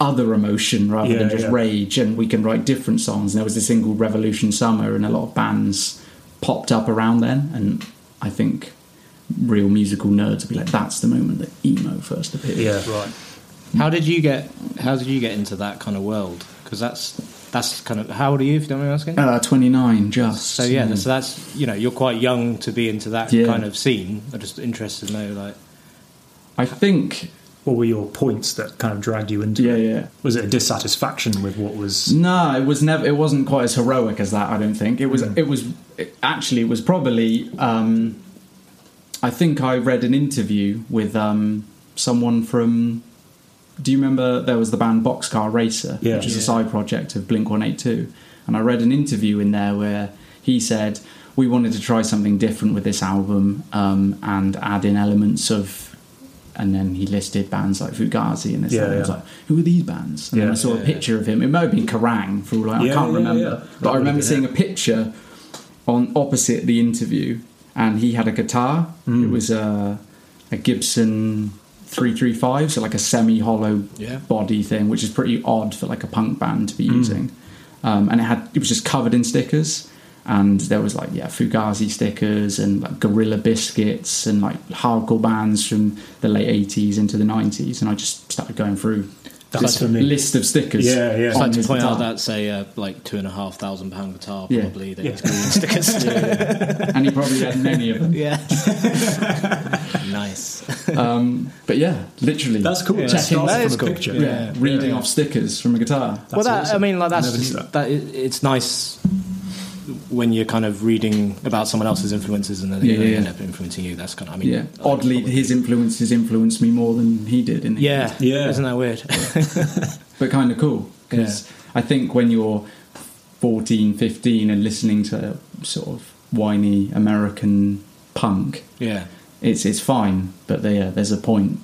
D: other emotion rather
A: Yeah,
D: than just
A: yeah.
D: rage and we can write different songs and there was this single revolution summer and a lot of bands popped up around then and i think real musical nerds would be like that's the moment that emo first appeared
A: Yeah,
B: Right. How did you get? How did you get into that kind of world? Because that's that's kind of how old are you? If you don't mind me asking.
D: uh, 29 just
B: so yeah, so that's you know you're quite young to be into that
D: Yeah.
B: kind of scene. I'm just interested to know like
D: Mm. i think
A: What were your points that kind of dragged you into
D: yeah
A: it?
D: yeah
A: Was it a dissatisfaction with what was?
D: No, it was never. It wasn't quite as heroic as that. I don't think it was.
A: Hmm.
D: It was it actually. It was probably. Um, I think I read an interview with um, someone from. Do you remember there was the band Boxcar Racer,
A: Yeah.
D: which is a
A: Yeah.
D: side project of Blink One Eight Two, and I read an interview in there where he said we wanted to try something different with this album um, and add in elements of, and then he listed bands like Fugazi and this.
A: Yeah,
D: and I was
A: yeah.
D: like, who are these bands? And then
A: Yeah.
D: I saw a
B: Yeah.
D: picture of him. It might have been Kerrang for all I, I
A: Yeah,
D: can't
A: yeah,
D: remember.
A: yeah.
D: But I
A: That
D: remember
A: would've
D: seeing
A: been
D: a picture on opposite the interview, and he had a guitar. It
B: Hmm.
D: was a, a Gibson 335, so like a semi hollow
B: Yeah. Hmm.
D: body thing, which is pretty odd for like a punk band to be using. Um, and it had it was just covered in stickers. And there was like yeah, Fugazi stickers and like Gorilla Biscuits and like hardcore bands from the late '80s into the '90s, and I just started going through
A: That's
D: this
A: for me.
D: list of stickers.
A: Yeah, yeah.
D: on
A: It's
B: I'd like to
D: his
B: point out
D: guitar.
B: that's a uh, like two and a half thousand pound guitar
D: Yeah.
B: probably that
A: Yeah.
B: he's got in stickers.
D: and he probably had many of them.
B: yeah. nice.
D: Um, but yeah, literally,
A: That's cool.
B: Yeah.
A: It
B: That
A: started
B: is
A: from a
B: cool.
A: picture.
D: yeah,
B: yeah,
D: reading
B: yeah.
D: off stickers from a guitar.
B: well, that
A: awesome.
B: I mean, like that's
A: Never did that.
B: that. it- it's nice when you're kind of reading about someone else's influences and then they
D: Yeah, yeah,
B: end
D: yeah.
B: up influencing you. That's kind of I mean,
D: Yeah, oddly, his influences influenced me more than he did. In the
B: yeah,
A: Yeah.
B: Isn't that weird?
D: but kind of cool because I think when you're 14, 15 and listening to sort of whiny American punk,
B: yeah,
D: it's it's fine, but there there's a point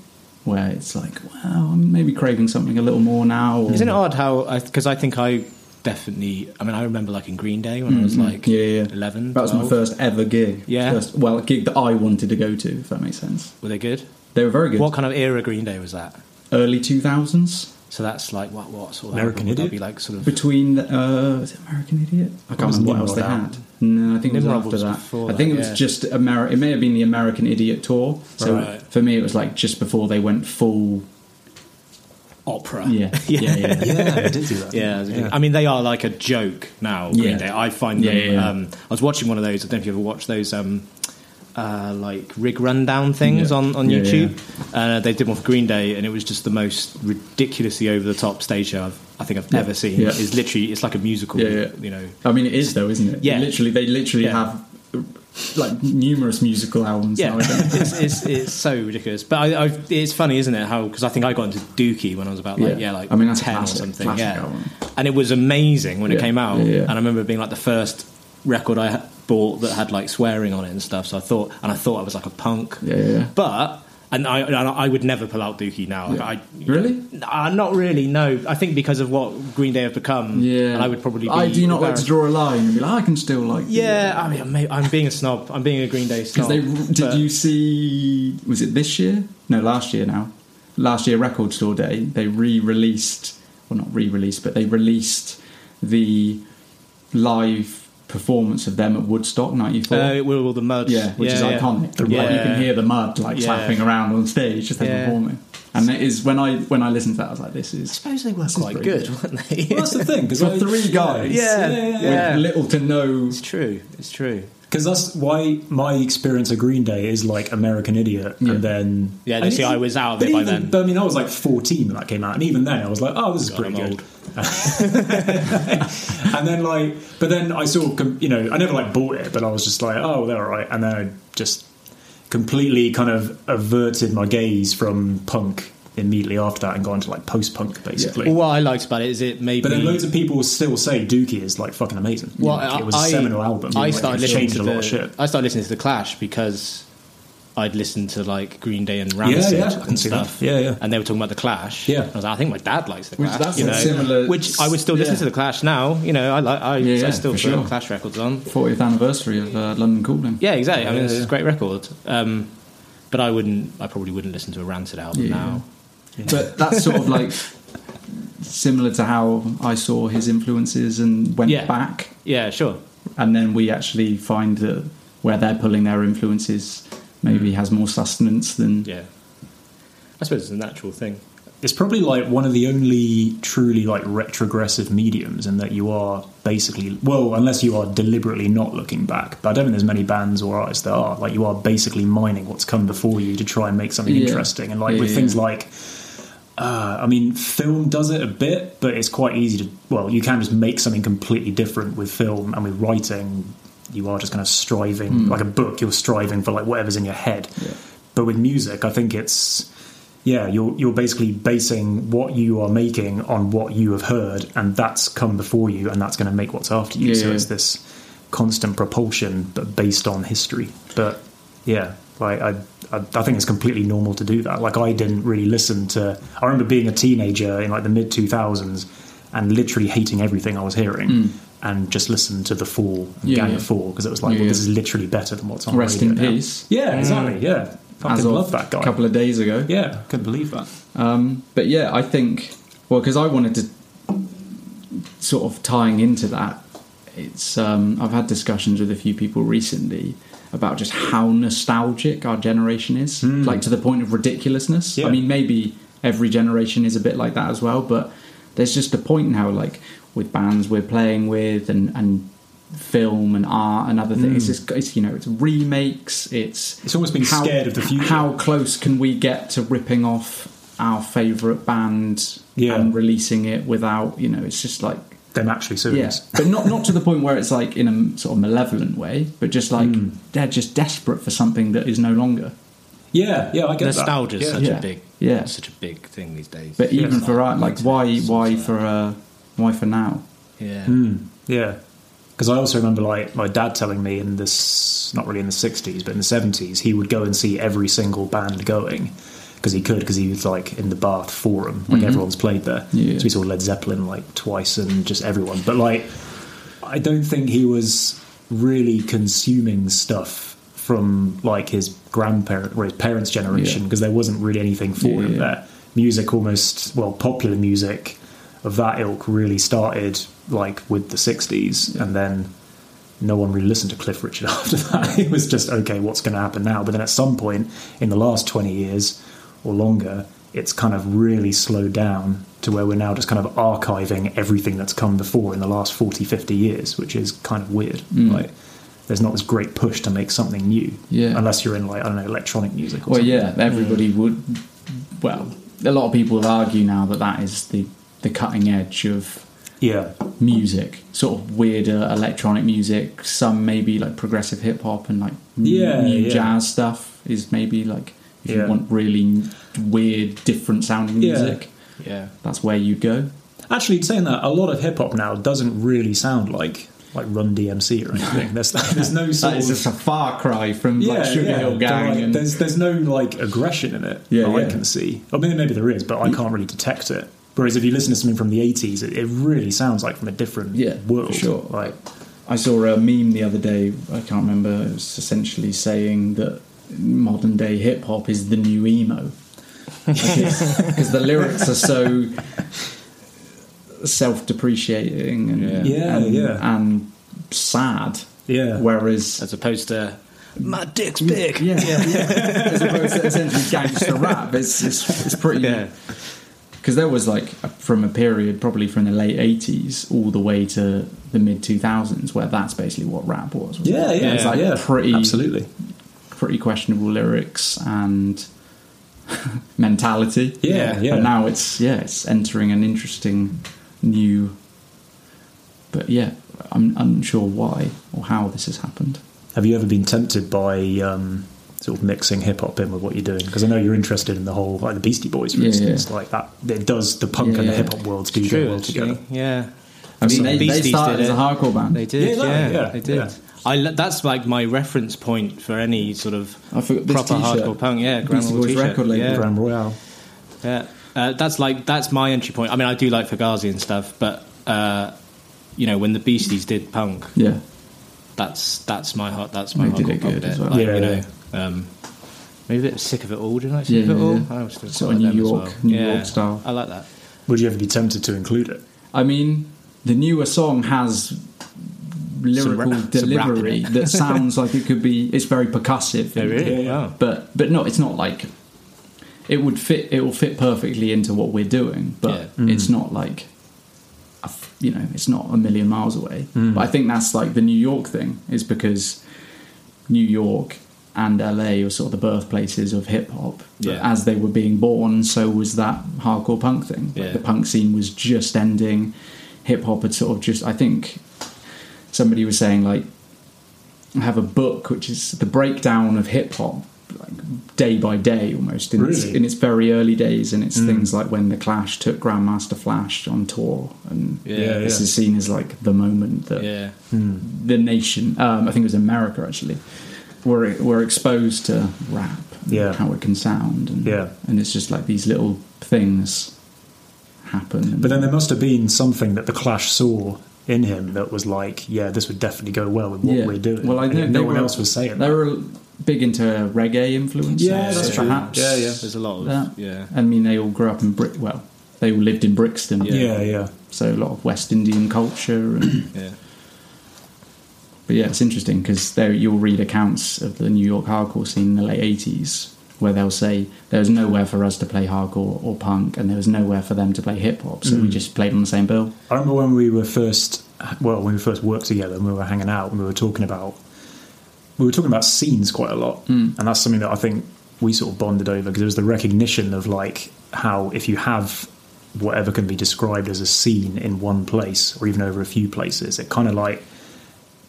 D: where it's like, wow, I'm maybe craving something a little more now. Or,
B: isn't it odd how? Because I, think I definitely. I mean, I remember like in Green Day when I was like
D: Mm-hmm. yeah, yeah, yeah.
B: eleven.
D: That was my
B: 12.
D: first ever gig.
B: Yeah.
D: first, well, a gig that I wanted to go to, if that makes sense.
B: Were they good?
D: They were very good.
B: What kind of era Green Day was that?
D: Early two thousands.
B: So that's like what what sort of
A: American
B: album would that
A: Idiot?
B: be like sort of
D: Between uh, was it American Idiot? I can't
A: was
D: remember what
A: Nimrod
D: else they
A: out?
D: had. No, I think it was
B: Nimrod
D: after
B: was
D: that.
B: before
D: I think
B: that,
D: it was
B: yeah.
D: just Ameri- It may have been the American Idiot tour. So
B: Right.
D: for me, it was like just before they went full
B: opera.
D: Yeah, yeah, yeah. yeah.
A: yeah, I did do that.
B: Yeah,
A: yeah.
B: I mean they are like a joke now.
D: Yeah.
B: really. I find them.
D: Yeah, yeah, yeah.
B: Um, I was watching one of those. I don't know if you ever watched those, um, uh, like rig rundown things
D: Yeah.
B: on on
D: Yeah,
B: YouTube. Uh, they did one for Green Day, and it was just the most ridiculously over the top stage show I've, I think I've ever seen.
D: Yeah.
B: It's literally it's like a musical.
D: Yeah, yeah.
B: You know.
D: I mean, it is though, isn't it?
B: Yeah.
D: literally, they literally
B: Yeah.
D: have uh, like numerous musical albums.
B: Yeah,
D: nowadays.
B: it's, it's, it's so ridiculous, but I, I, it's funny, isn't it? How because I think I got into Dookie when I was about like yeah,
D: Yeah.
B: like
D: I mean, that's a
B: ten
D: classic-
B: or something,
D: classic
B: yeah,
D: album.
B: and it was amazing when it
D: Yeah.
B: came out.
D: Yeah, yeah.
B: And I remember it being like the first record I ha- bought that had like swearing on it and stuff. So I thought, and I thought I was like a punk,
D: Yeah, yeah, yeah.
B: but. And I, and I would never pull out Dookie now.
D: Yeah.
B: I,
D: Really?
B: Uh, not really. No, I think because of what Green Day have become.
D: Yeah,
B: and I would probably. Be
D: I do not like to
B: embarrassed.
D: draw a line and be like, I can still like.
B: Yeah, I mean, I'm, I'm being a snob. I'm being a Green Day
D: Because
B: snob.
D: they did
B: but-
D: you see? Was it this year? No, last year. Now, last year Record Store Day, they re-released, well, not re-released, but they released the live performance of them at Woodstock '94.
B: Uh, Will Will the Mud.
D: yeah, which is
B: yeah.
D: iconic.
A: The
D: Like,
B: yeah.
D: you can hear the mud like
B: Yeah.
D: slapping around on stage as they're
B: Yeah.
D: performing. And it is when I when I listened to that, I was like, this is
B: suppose they were
D: is
B: quite
D: pretty
B: good,
D: good.
B: weren't they?
A: Well, that's the thing because
D: for three guys.
B: Yeah,
D: with
B: yeah.
D: little to no.
B: it's true. It's true.
A: Because that's why my experience of Green Day is like American Idiot,
D: Yeah.
A: and then
B: Yeah, they
A: and
B: see
A: even-
B: I was out of
A: but
B: it by
A: even-
B: then.
A: But I mean, I was like 14 when that came out, and even then, I was like, "Oh, this is
B: God,
A: pretty
B: I'm
A: good." and then like, but then I saw, com- you know, I never like bought it, but I was just like, "Oh, they're all right," and then I just completely kind of averted my gaze from punk immediately after that and got into like post-punk basically.
B: Well, what I liked about it is it made
A: But
B: me.
A: then loads of people still say Dookie is like fucking amazing.
B: well,
A: Like,
B: I-
A: it was a
B: I-
A: seminal album.
B: I
A: Like,
B: started
A: it
B: listening
A: changed
B: to
A: a
B: the,
A: lot of shit.
B: I started listening to the Clash because I'd listened to like Green Day and
A: yeah,
B: Rancid
A: I can
B: and
A: see
B: stuff.
A: that. Yeah, yeah.
B: And they were talking about the Clash.
A: Yeah.
B: I was like, I think my dad likes the
D: Which-
B: Clash.
D: that's
B: you know?
D: a similar-
B: Which I would still listen
D: yeah.
B: to the Clash now. You know, I like. I,
D: Yeah,
B: I
D: yeah,
B: still
D: for
B: put
D: sure.
B: Clash records on.
D: 40th anniversary of uh, London Calling.
B: Yeah, exactly. I mean,
A: Yeah,
B: this is
A: yeah.
B: a great record. Um, but I wouldn't. I probably wouldn't listen to a Rancid album
D: Yeah.
B: now.
D: but that's sort of like similar to how I saw his influences and went
B: Yeah.
D: back,
B: Yeah, sure.
D: and then we actually find that where they're pulling their influences
A: Hmm.
D: maybe has more sustenance than
B: Yeah. I suppose it's a natural thing.
A: It's probably like one of the only truly like retrogressive mediums in that you are basically well, unless you are deliberately not looking back. But I don't think there's many bands or artists that are like you are basically mining what's come before you to try and make something
D: Yeah.
A: interesting. And like
D: Yeah,
A: with
D: yeah,
A: things
D: yeah.
A: like, uh, I mean, film does it a bit, but it's quite easy to well, you can just make something completely different with film and with writing. You are just kind of striving like a book. You're striving for like whatever's in your head.
D: Hmm. Yeah.
A: But with music, I think it's yeah, you're you're basically basing what you are making on what you have heard, and that's come before you, and that's going to make what's after you.
D: Yeah,
A: so
D: yeah.
A: it's this constant propulsion, but based on history. But yeah, like I, I, I think it's completely normal to do that. Like I didn't really listen to. I remember being a teenager in like the mid two thousands and literally hating everything I was hearing. And just listened to the Fall, and
D: Hmm. Yeah,
A: Gang
D: yeah.
A: of Four, because it was like,
D: Yeah,
A: well,
D: yeah.
A: this is literally better than what's on
D: Rest
A: radio
D: in
A: now.
D: Peace. Hmm.
A: Yeah, exactly. Yeah, fucking
D: as of
A: love that guy.
D: a couple of days ago.
A: Yeah, couldn't believe that.
D: Um, but yeah, I think well because I wanted to sort of tying into that. It's um, I've had discussions with a few people recently about just how nostalgic our generation is, like to the point of ridiculousness.
A: Hmm. Yeah.
D: I mean, maybe every generation is a bit like that as well, but there's just a point now, like with bands we're playing with and and film and art and other things. It's, just- it's you know it's remakes. It's
A: Hmm. It's almost being scared of the future.
D: How close can we get to ripping off our favorite band
A: Yeah.
D: and releasing it without you know? It's just like
A: Them actually suing
D: yeah,
A: us.
D: but not not to the point where it's like in a sort of malevolent way, but just like
A: Hmm.
D: they're just desperate for something that is no longer.
A: Yeah, yeah, I get
B: Nostalgia
A: that.
B: is
A: Yeah.
B: such
D: Yeah.
B: a big,
D: Yeah.
B: such a big thing these days.
D: But
A: Yeah.
D: even for art, like why why Hmm. for uh, why for now?
B: yeah,
A: Mm. Yeah. Because I also remember like my dad telling me in this, not really in the 60s, but in the 70s, he would go and see every single band going because he could because he was like in the Bath Forum, like everyone's played there.
D: Yeah.
A: So he saw Led Zeppelin like twice and just everyone. But like, I don't think he was really consuming stuff from like his grandparent or his parents' generation
D: Yeah.
A: because there wasn't really anything for
D: Yeah,
A: him
D: yeah.
A: there. Music almost, well, popular music of that ilk really started like with the 60s and then no one really listened to Cliff Richard after that. It was just, okay, what's going to happen now? But then at some point in the last 20 years or longer, it's kind of really slowed down to where we're now just kind of archiving everything that's come before in the last 40, 50 years, which is kind of weird.
D: Mm.
A: Like, there's not this great push to make something new,
D: Yeah.
A: unless you're in like I don't know electronic music. Or
D: Well,
A: something.
D: yeah, everybody would. Well, a lot of people would argue now that that is the the cutting edge of
A: yeah,
D: music, sort of weirder electronic music. Some maybe like progressive hip hop and like n-
A: Yeah,
D: new
A: yeah.
D: jazz stuff is maybe like if
A: Yeah.
D: you want really weird, different sounding
A: Yeah.
D: music,
B: Yeah.
D: that's where you go.
A: Actually, saying that, a lot of hip hop now doesn't really sound like like Run DMC or anything. There's there's no sort
D: That is
A: of
D: just a far cry from
A: yeah,
D: like Sugar
A: yeah.
D: Hill Gang.
A: They're like-
D: and,
A: there's there's no like aggression in it
D: Yeah,
A: that I
D: yeah.
A: can see. I mean, maybe there is, but I can't really detect it. Whereas if you listen to something from the '80s, it, it really sounds like from a different
D: Yeah, for
A: world.
D: sure.
A: Like,
D: I saw a meme the other day. I can't remember. It was essentially saying that modern day hip hop is the new emo because the lyrics are so self depreciating and
B: Yeah.
A: Yeah,
D: and,
A: yeah.
D: and sad.
A: Yeah.
D: Whereas
B: As opposed to my dick's
D: yeah, yeah, yeah. as opposed to essentially gangster rap, it's it's, it's pretty.
B: Yeah.
D: Because there was like a- from a period probably from the late '80s all the way to the mid 2000s where that's basically what rap was. wasn't
A: yeah,
D: it?
A: yeah,
D: It was like
A: yeah,
D: pretty
A: absolutely.
D: pretty questionable lyrics and mentality.
A: Yeah, yeah.
D: And now it's yeah, it's entering an interesting new. But yeah, I'm unsure why or how this has happened.
A: Have you ever been tempted by um, sort of mixing hip hop in with what you're doing? Because I know you're interested in the whole like the Beastie Boys, for
D: Yeah,
A: instance.
D: yeah.
A: Like that, it does the punk
D: Yeah,
A: and the
D: yeah.
A: hip hop worlds do go
B: True,
A: well
B: actually.
A: together.
B: Yeah.
D: I mean,
B: Some
D: they, they
B: Beasties did
D: started as a
B: it.
D: hardcore band.
B: They did,
A: Yeah,
B: yeah,
A: yeah, yeah,
B: they did.
A: yeah.
B: I lo- that's like my reference point for any sort of
D: I forgot this
B: proper
D: t-shirt.
B: hardcore punk. Yeah,
D: Beastie
B: Grand Royal
D: Boys
B: t-shirt.
D: record label.
B: Yeah,
A: Grand Royale.
B: yeah. Uh, that's like that's my entry point. I mean, I do like Fugazi and stuff, but uh, you know, when the Beasties did punk,
D: Yeah,
B: that's that's my heart. That's my
D: They did
B: hardcore
D: it
B: punk
D: good
B: bit.
D: as well.
A: Yeah,
B: Like, you know,
A: yeah.
B: um, maybe a bit sick of it all. Didn't I? Sick
D: Yeah,
B: of it
D: yeah,
B: all.
D: yeah.
B: I was still
D: Sort of New York- New York style.
B: I like that.
A: Would you ever be tempted to include it?
D: I mean, the newer song has lyrical
B: rap- some rap in
D: delivery
B: it.
D: that sounds like it could be. It's very percussive.
B: Oh, really?
A: Yeah, yeah.
B: Wow.
D: but but no, it's not like it would fit. It will fit perfectly into what we're doing, but
B: Yeah.
D: it's not like a f- you know, it's not a million miles away. But I think that's like the New York thing is because New York and LA are sort of the birthplaces of hip hop. But
B: Yeah.
D: As they were being born, so was that hardcore punk thing. Like
B: Yeah.
D: the punk scene was just ending. Hip hop had sort of just. I think somebody was saying like I have a book which is the breakdown of hip hop like day by day almost in, its,
A: Really?
D: in its very early days and
B: Mm.
D: it's things like when the clash took grandmaster flash on tour and
B: Yeah, Yeah,
D: this
A: yeah.
D: is seen as like the moment that
B: Yeah.
D: the nation um, i think it was america actually were, were exposed to rap and
A: Yeah.
D: how it can sound and,
A: Yeah.
D: and it's just like these little things happen
A: But then there must have been something that the Clash saw in him that was like, yeah, this would definitely go well with what we're doing.
D: Well, I
A: And
D: know
A: yet
D: they
A: no one
D: were-
A: else was saying
D: They
A: that.
D: were big into reggae influence.
A: Yeah, that's true.
D: perhaps.
A: Yeah, yeah.
B: There's a lot of
D: That-
B: yeah.
D: I mean, they all grew up in Brit. Well, they all lived in Brixton.
A: Yeah, yeah.
D: So a lot of West Indian culture. And,
B: Yeah.
D: but yeah, it's interesting because you'll read accounts of the New York hardcore scene in the late '80s, where they'll say there was nowhere for us to play hardcore or punk, and there was nowhere for them to play hip hop. So we just played on the same bill.
A: I remember when we were first, well, when we first worked together and we were hanging out and we were talking about, we were talking about scenes quite a lot.
D: Hmm.
A: And that's something that I think we sort of bonded over because it was the recognition of like how if you have whatever can be described as a scene in one place or even over a few places, it kind of like,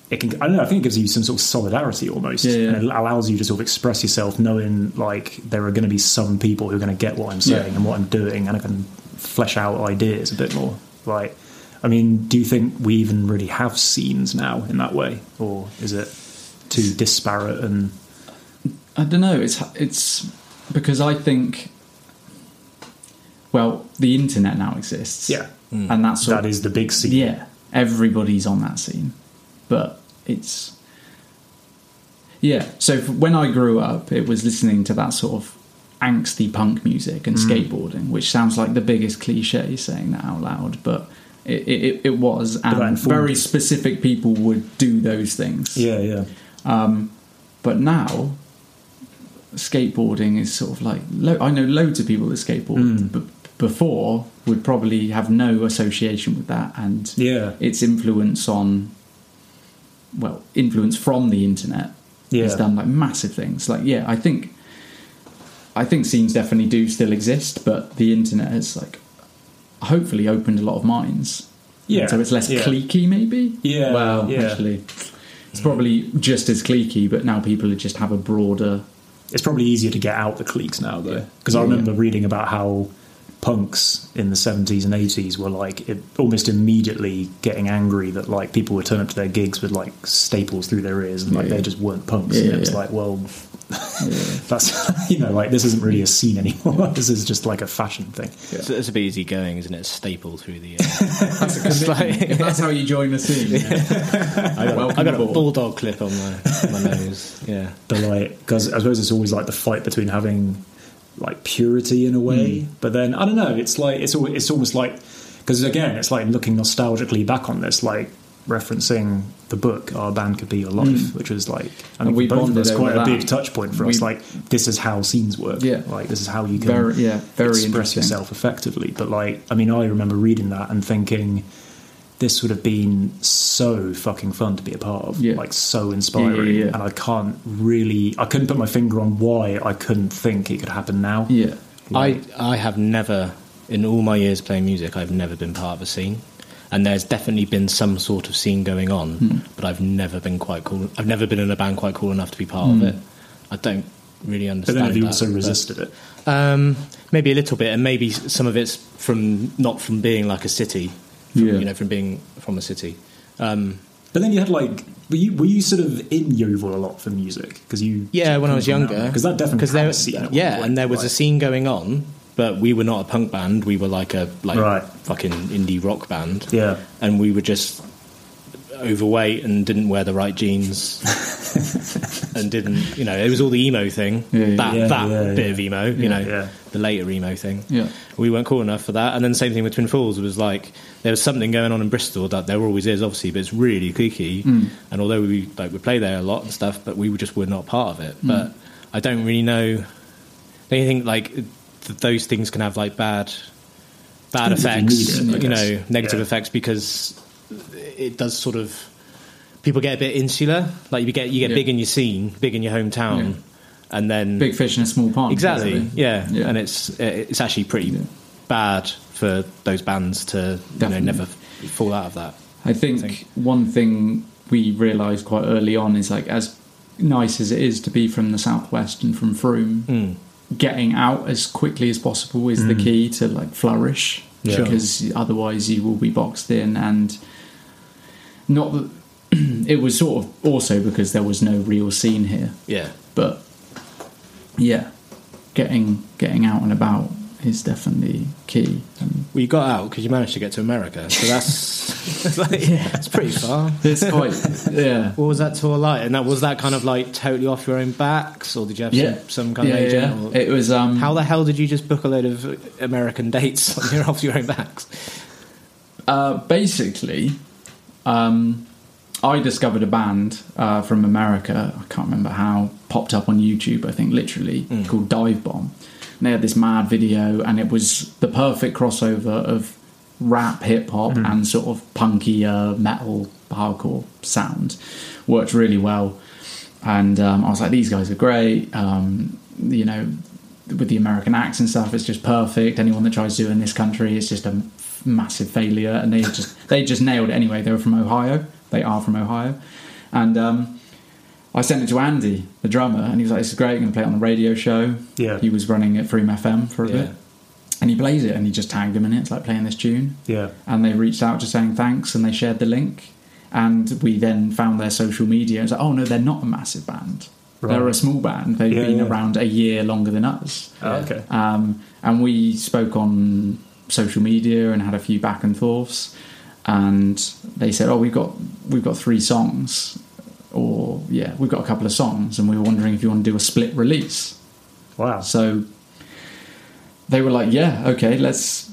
A: it can, I don't know, I think it gives you some sort of solidarity almost.
D: Yeah, yeah.
A: And it allows you to sort of express yourself knowing like there are going to be some people who are going to get what I'm saying
D: Yeah.
A: and what I'm doing and I can flesh out ideas a bit more. Like, I mean, do you think we even really have scenes now in that way? Or is it too disparate and.
D: I don't know. It's it's because I think. Well, the internet now exists.
A: Yeah.
D: and that's sort
A: That
D: of-
A: is the big scene.
D: Yeah, everybody's on that scene, but it's yeah. So f when I grew up, it was listening to that sort of angsty punk music and skateboarding, which sounds like the biggest cliche saying that out loud, but it it, it- it was,
A: that
D: and
A: informed
D: very
A: us.
D: specific people would do those things.
A: Yeah, yeah.
D: But now, skateboarding is sort of like lo- I know loads of people that skateboard, but before would probably have no association with that, and
A: Yeah.
D: its influence on well influence from the internet
A: Yeah.
D: has done like massive things. Like yeah, I think I think scenes definitely do still exist, but the internet has like hopefully opened a lot of minds.
A: Yeah,
D: so it's less
A: yeah.
D: cliquey maybe.
A: Yeah,
D: well
A: yeah.
D: actually. It's probably just as cliquey, but now people just have a broader
A: It's probably easier to get out the cliques now, though, because I
D: Yeah,
A: remember reading about how punks in the 70s and 80s were like it, almost immediately getting angry that like people would turn up to their gigs with like staples through their ears and like
D: Yeah.
A: they just weren't punks.
D: Yeah,
A: and it was
D: yeah.
A: like, well, that's you know, like this isn't really a scene anymore. this is just like a fashion thing.
D: Yeah.
B: So this would be easy going, isn't it? Staple through the. Uh,
D: That's
B: like-
D: that's how you join the scene.
B: I got, a,
D: Welcome
B: I got a
D: aboard.
B: bulldog clip on my, my nose. Yeah.
A: the like because I suppose it's always like the fight between having like purity in a
D: Hmm.
A: way, but then I don't know. It's like it's al- it's almost like because again, it's like looking nostalgically back on this, like referencing the book "Our Band Could Be Your Life," which was like I
D: Hmm. And
A: think
D: we
A: for both of
D: bonded
A: us
D: over
A: quite a
D: that.
A: big touch point for us.
D: We-
A: Like this is how scenes work.
D: Yeah.
A: like this is how you can
D: Very- yeah, very
A: express
D: interesting.
A: yourself effectively. But like, I mean, I remember reading that and thinking. This would have been so fucking fun to be a part of,
D: Yeah.
A: like so inspiring,
D: yeah.
A: and I can't really, I couldn't put my finger on why I couldn't think it could happen now.
D: Yeah.
B: I I have never, in all my years playing music, I've never been part of a scene. And there's definitely been some sort of scene going on,
A: Hmm.
B: but I've never been quite cool. I've never been in a band quite cool enough to be part of it. I don't really
A: Hmm. But
B: understand.
A: then have you
B: that,
A: also
B: but-
A: resisted it?
B: Um, maybe a little bit, and maybe s- some of it's from not from being like a city, from,
D: Yeah.
B: you know, from being from a city.
A: But then you had like, were you were you sort of in Yeovil a lot for music? Because you
B: Yeah, when I was younger,
A: because that definitely
B: because there,
A: had a scene at one
B: yeah,
A: point,
B: and there was a
A: like-
B: scene going on, but we were not a punk band. We were like a like
A: Right.
B: fucking indie rock band.
A: Yeah.
B: and we were just overweight and didn't wear the right jeans, and didn't you know? It was all the emo thing.
D: Yeah, yeah,
B: that
A: yeah,
B: that
A: yeah,
B: bit
A: yeah.
B: of emo, you know,
A: yeah.
B: the later emo thing.
D: Yeah.
B: we weren't cool enough for that. And then same thing with Twin Falls was like there was something going on in Bristol that there always is, obviously, but it's really cliquey.
A: Mm.
B: And although we like we play there a lot and stuff, but we were just were not part of it.
A: Mm.
B: But I don't really know. Don't you think like th- those things can have like bad, bad
A: Depends if you
B: effects?
A: need it, I
B: you
A: guess.
B: know, negative
A: Yeah.
B: effects because it does sort of people get a bit insular. Like you get you get
D: Yeah.
B: big in your scene, big in your hometown, and then
D: Big fish in a small pond.
B: exactly
D: basically.
B: yeah.
D: Yeah.
B: and it's it's actually pretty
D: Yeah.
B: bad for those bands to you know
D: Definitely.
B: never f- fall out of that
D: I think,
B: think.
D: one thing we realised quite early on is like as nice as it is to be from the southwest and from Froome, getting out as quickly as possible is the key to like flourish.
A: Yeah. Sure.
D: Because otherwise you will be boxed in and not that it was sort of also because there was no real scene here.
B: yeah
D: but yeah, getting getting out and about is definitely key. And
B: well you got out because you managed to get to america so that's it's like, it's pretty far
D: it's quite yeah.
B: what was that tour like and that was that kind of like totally off your own backs or did you have
D: Yeah,
B: some, some kind
D: yeah,
B: of agent
D: yeah.
B: or-
D: It was um,
B: how the hell did you just book a load of american dates on your off your own backs
D: uh, basically, um, I discovered a band uh, from America. I can't remember how. Popped up on YouTube, I think, literally
B: Hmm.
D: called Dive Bomb. And they had this mad video, and it was the perfect crossover of rap, hip hop,
B: Hmm.
D: and sort of punky uh, metal hardcore sound. Worked really well, and um, I was like, these guys are great. Um, you know, with the American acts and stuff, it's just perfect. Anyone that tries to do it in this country, it's just a massive failure. And they just they just nailed it anyway. They were from Ohio. They are from Ohio, and um, I sent it to Andy, the drummer, and he was like, "This is great. I'm going to play it on the radio show."
A: Yeah.
D: he was running it Freem FM for a
B: Yeah.
D: bit, and he plays it, and he just tagged him in it. It's like playing this tune
A: yeah,
D: and they reached out just saying thanks and they shared the link and we then found their social media it's like oh no they're not a massive band they're
A: Right.
D: a small band they've
A: Yeah,
D: been
A: yeah.
D: around a year longer than us
A: Oh, okay.
D: um, and we spoke on social media and had a few back and forths and they said oh we've got we've got three songs or yeah we've got a couple of songs and we were wondering if you want to do a split release
A: wow,
D: so they were like, yeah, okay, let's,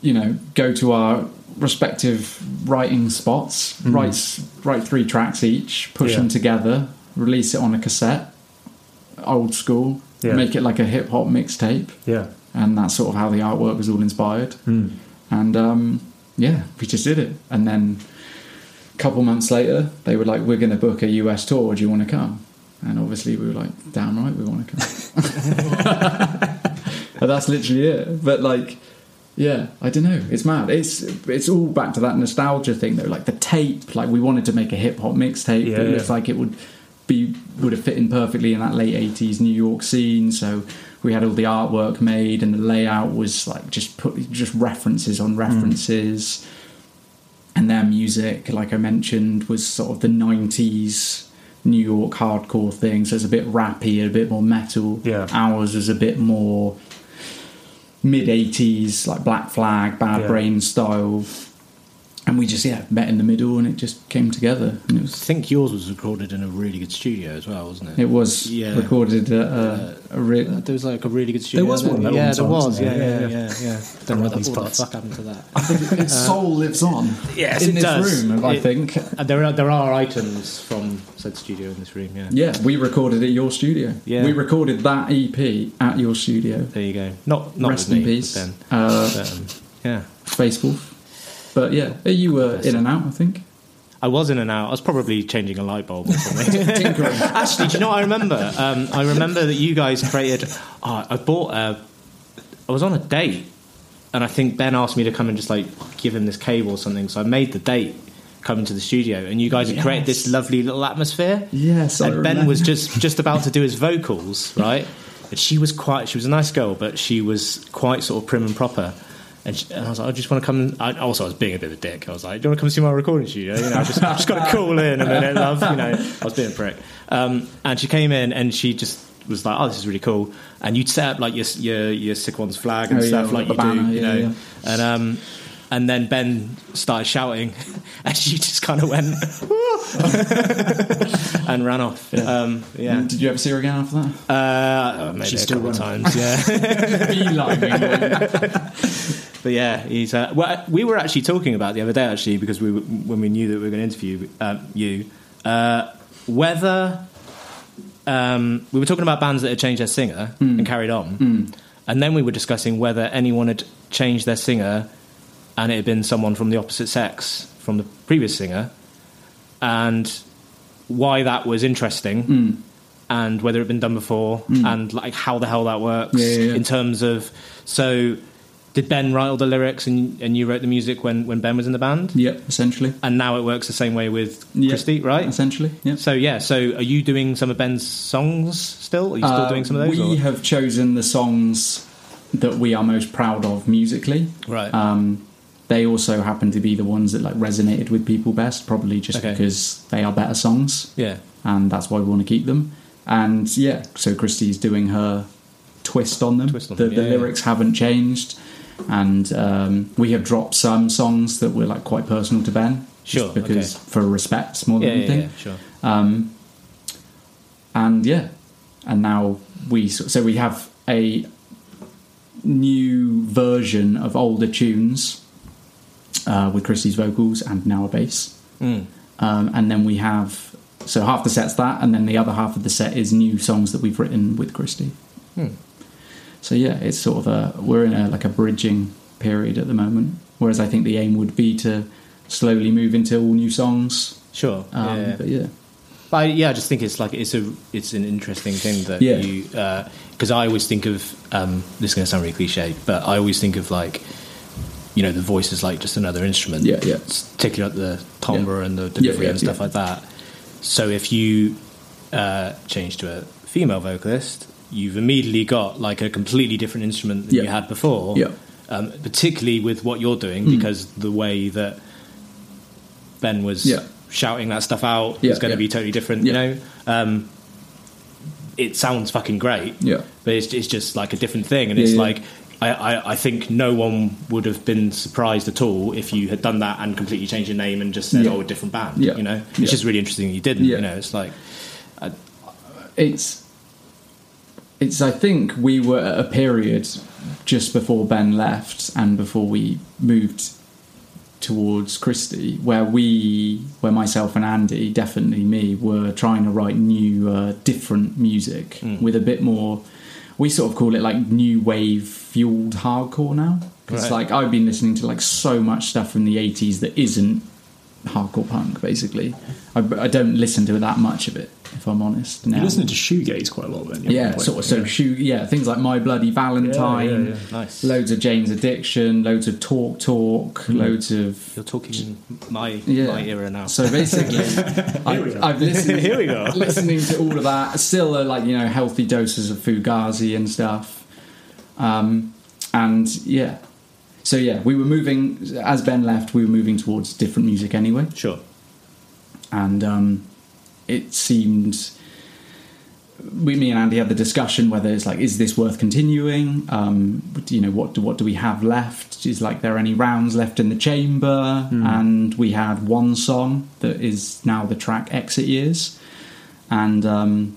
D: you know, go to our respective writing spots, write, write three tracks each,
A: Hmm.
D: push
A: Yeah.
D: them together, release it on a cassette, old school,
A: Yeah.
D: make it like a hip hop mixtape,
A: Yeah. Hmm.
D: and that's sort of how the artwork was all inspired. And um, yeah, we just did it. And then a couple months later, they were like, "We're going to book a US tour. Do you want to come?" And obviously, we were like, "Damn right, we want to come." but that's literally it. But like. Yeah, I don't know. It's mad. It's it's all back to that nostalgia thing though. Like the tape, like we wanted to make a hip hop mixtape.
A: Yeah,
D: that
A: yeah.
D: looked like it would be would have fit in perfectly in that late '80s New York scene. So we had all the artwork made, and the layout was like just put just references on references, and their music, like I mentioned, was sort of the '90s New York hardcore thing. So it's a bit rappy, a bit more metal.
A: Yeah.
D: ours was a bit more mid 80s like black flag bad
A: Yeah.
D: brain style and we just yeah met in the middle and it just came together and it
B: I
D: was
B: think yours was recorded in a really good studio as well, wasn't it?
D: it was
B: Yeah. Uh,
D: recorded at a, a re-
B: There was like a really good studio.
A: was one at one
B: Yeah, there
A: time,
B: was.
A: wasn't
B: Yeah, yeah,
A: there?
B: yeah,
A: Yeah,
B: yeah.
A: I
B: Don't
A: read
B: know
A: these
B: what the
A: parts.
B: fuck happened to that.
D: its soul lives on
B: Yes,
D: in
B: it
D: this
B: does.
D: room i
B: It-
D: think
B: And Uh, there are there are items from said studio in this room. Yeah.
D: yeah we recorded at your studio
B: Yeah.
D: we recorded that ep at your studio
B: There you go. Not not
D: rest
B: with
D: in
B: me,
D: peace
B: but Then.
D: uh,
B: But, um, yeah.
D: facebook but yeah you were in and out i think
B: I was in and out. I was probably changing a light bulb or something.
D: tinkering
B: Actually, do you know what I remember? Um, I remember that you guys created. Oh, I bought a. I was on a date, and I think Ben asked me to come and just like give him this cable or something. So I made the date come into the studio, and you guys had created this lovely little atmosphere.
D: Yes, I
B: and Ben
D: remember.
B: was just just about to do his vocals, right? And she was quite. She was a nice girl, but she was quite sort of prim and proper. And, she, and I was like, I just want to come. And I, also, I was being a bit of a dick. I was like, Do you want to come see my recording studio? You know, I just, I just got to call in a minute, love. You know, I was being a prick. Um, and she came in and she just was like, Oh, this is really cool. And you'd set up like your your, your sick one's flag and
D: Oh, yeah,
B: stuff
D: with
B: like
D: the
B: you
D: banner,
B: do, you
D: yeah,
B: know.
D: yeah.
B: And um, and then Ben started shouting, and she just kind of went and ran off. Um, yeah.
D: did you ever see her again after that
B: Uh, maybe
A: She's
B: a
A: still
B: couple of
A: running.
B: times, yeah.
D: Beelining.
B: but yeah, he's. Uh, well, we were actually talking about the other day, actually, because we were, when we knew that we were going to interview um, you, uh, whether um, we were talking about bands that had changed their singer
D: Hmm.
B: and carried on, and then we were discussing whether anyone had changed their singer and it had been someone from the opposite sex from the previous singer, and why that was interesting.
D: Hmm.
B: And whether it had been done before, and like how the hell that works
D: Yeah, yeah, yeah.
B: in terms of so did Ben write all the lyrics and and you wrote the music when when Ben was in the band,
D: yep essentially
B: and now it works the same way with
D: Yeah.
B: Christy, right?
D: essentially yep
B: So yeah, so are you doing some of Ben's songs still? Are you still
D: Uh,
B: doing some of those?
D: We
B: or-
D: have chosen the songs that we are most proud of musically.
B: Right.
D: Um, they also happen to be the ones that like resonated with people best, probably just
B: Okay.
D: because they are better songs,
B: yeah,
D: and that's why we want to keep them. And yeah, so Christie's doing her twist on them.
B: Twist on
D: the
B: them,
D: the
B: yeah, yeah.
D: lyrics haven't changed, and um, we have dropped some songs that were like quite personal to Ben, just
B: Sure, okay.
D: because for respect more than
B: yeah, yeah,
D: anything
B: yeah, sure.
D: um, and yeah, and now we so so we have a new version of older tunes uh, with Christie's vocals and now a bass, um, and then we have so half the set's that, and then the other half of the set is new songs that we've written with Christie. So yeah, it's sort of a we're in a like a bridging period at the moment. Whereas I think the aim would be to slowly move into all new songs.
B: Sure.
D: Um,
B: yeah.
D: But yeah.
B: But I, yeah, I just think it's like it's a it's an interesting thing that
D: Yeah.
B: you because I always think of um, this is going to sound really cliche, but I always think of like you know the voice is like just another instrument.
D: Yeah, yeah.
B: It's particularly like the timbre
D: Yeah.
B: and the delivery
D: Yeah, yeah,
B: and stuff
D: yeah.
B: like that. So if you uh, change to a female vocalist, you've immediately got like a completely different instrument than
D: Yeah.
B: you had before.
D: Yeah. Hmm.
B: Um, particularly with what you're doing, because the way that Ben was
D: Yeah.
B: shouting that stuff out
D: Yeah,
B: is going to be
D: yeah.
B: totally different.
D: Yeah.
B: You know, um, it sounds fucking great.
D: Yeah.
B: but it's, it's just like a different thing, and
D: Yeah,
B: it's
D: yeah.
B: like I, I, I think no one would have been surprised at all if you had done that and completely changed your name and just said,
D: Yeah.
B: "Oh, a different band."
D: Yeah.
B: You know, it's
D: Yeah.
B: just really interesting that you didn't.
D: Yeah.
B: You know, it's like
D: it's it's I think we were at a period just before Ben left and before we moved towards Christie, where we, where myself and Andy, definitely me, were trying to write new, uh, different music with a bit more. We sort of call it like new wave fueled hardcore now. Because
B: Right.
D: like I've been listening to like so much stuff from the '80s that isn't hardcore punk. Basically, I, I don't listen to that much of it, if I'm honest. Now
A: You're listening to shoegaze quite a lot then.
D: yeah, sort of. So shoot, yeah, things like My Bloody Valentine,
A: Yeah, yeah, yeah.
B: Nice.
D: loads of Jane's Addiction, loads of Talk Talk, loads of
B: You're talking my
D: yeah.
B: my era now.
D: So basically, I, I've listened.
B: Here we go.
D: listening to all of that. Still, uh, like you know, healthy doses of Fugazi and stuff. Um, and yeah, so yeah, we were moving as Ben left. We were moving towards different music anyway.
B: sure.
D: and um, it seemed we, me and Andy had the discussion whether it's like is this worth continuing? Um, do you know what do what do we have left? Is like there any rounds left in the chamber? And we had one song that is now the track Exit Years, and um,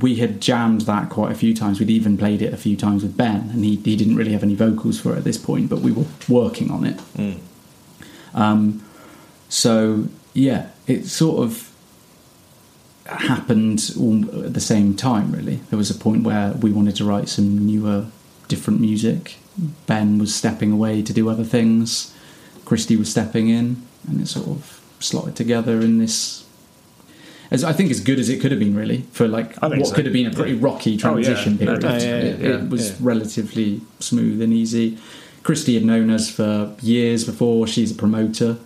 D: we had jammed that quite a few times. We'd even played it a few times with Ben, and he he didn't really have any vocals for it at this point, but we were working on it. So yeah, it sort of happened all at the same time. Really, there was a point where we wanted to write some newer, different music. Ben was stepping away to do other things. Christy was stepping in, and it sort of slotted together in this. As I think as good as it could have been, really, for like
A: I think
D: what
A: so.
D: could have been a pretty rocky
A: Oh, yeah.
D: transition
A: No,
D: period.
B: definitely.
D: it,
B: Yeah, yeah,
D: it was
B: yeah.
D: relatively smooth and easy. Christy had known us for years before. She's a promoter.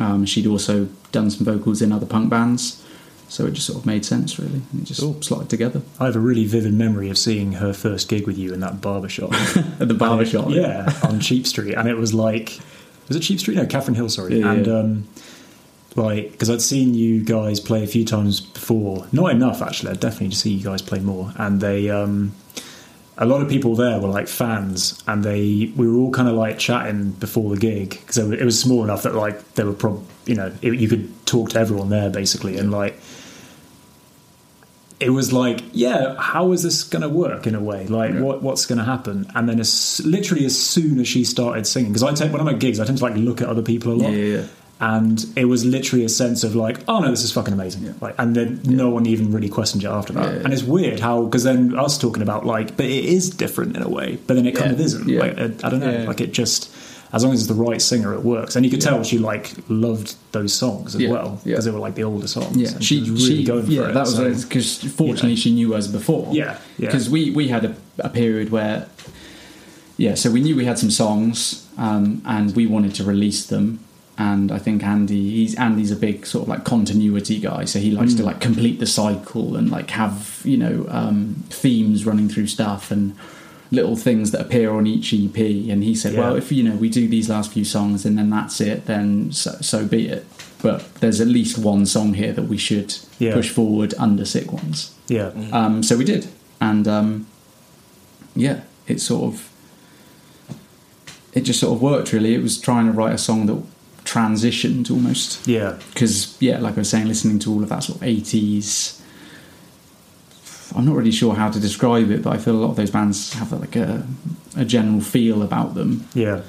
D: Um, she'd also done some vocals in other punk bands, so it just sort of made sense, really. And it just slotted together
A: I have a really vivid memory of seeing her first gig with you in that barber shop.
D: at the barber shop.
A: yeah, on Cheap Street, and it was like, was it Cheap Street? No, Catherine Hill. Sorry,
D: Yeah, yeah.
A: and um, like because I'd seen you guys play a few times before, not enough actually. I'd definitely need to see you guys play more, and they. Um, a lot of people there were like fans, and they we were all kind of like chatting before the gig because it was small enough that like there were prob you know it, you could talk to everyone there basically, and like it was like, yeah, how is this going to work in a way? Like, what what's going to happen? And then, as literally as soon as she started singing, because I take when I'm at gigs, I tend to like look at other people a lot,
D: Yeah, yeah, yeah.
A: and it was literally a sense of like, oh no, this is fucking amazing, like, and then no one even really questioned it after that.
D: Yeah, yeah.
A: And it's weird how because then us talking about like, but it is different in a way, but then it kind
D: Yeah.
A: of isn't.
D: Yeah.
A: Like, I, I don't know,
B: Yeah.
A: like it just. As long as it's the right singer, it works, and you could tell she like loved those songs as
D: Yeah,
A: well because
D: yeah.
A: they were like the older songs.
D: Yeah,
A: and she, was really going for
D: yeah,
A: it.
D: that was
A: so-
D: because fortunately she knew us before.
A: Yeah, yeah.
D: because we we had a, a period where, yeah, so we knew we had some songs, um, and we wanted to release them. And I think Andy, he's Andy's a big sort of like continuity guy, so he likes to
A: Mm.
D: like complete the cycle and like have you know um, themes running through stuff and little things that appear on each EP. And he said,
A: Yeah.
D: well, if you know we do these last few songs and then that's it, then so, so be it. But there's at least one song here that we should
A: Yeah. Mm.
D: push forward under sick ones.
A: yeah,
D: Um, so we did, and um, yeah, it sort of it just sort of worked. Really, it was trying to write a song that transitioned almost
A: yeah.
D: because yeah, like I was saying, listening to all of that sort of eighties. I'm not really sure how to describe it, but I feel a lot of those bands have like a, a general feel about them.
A: Yeah,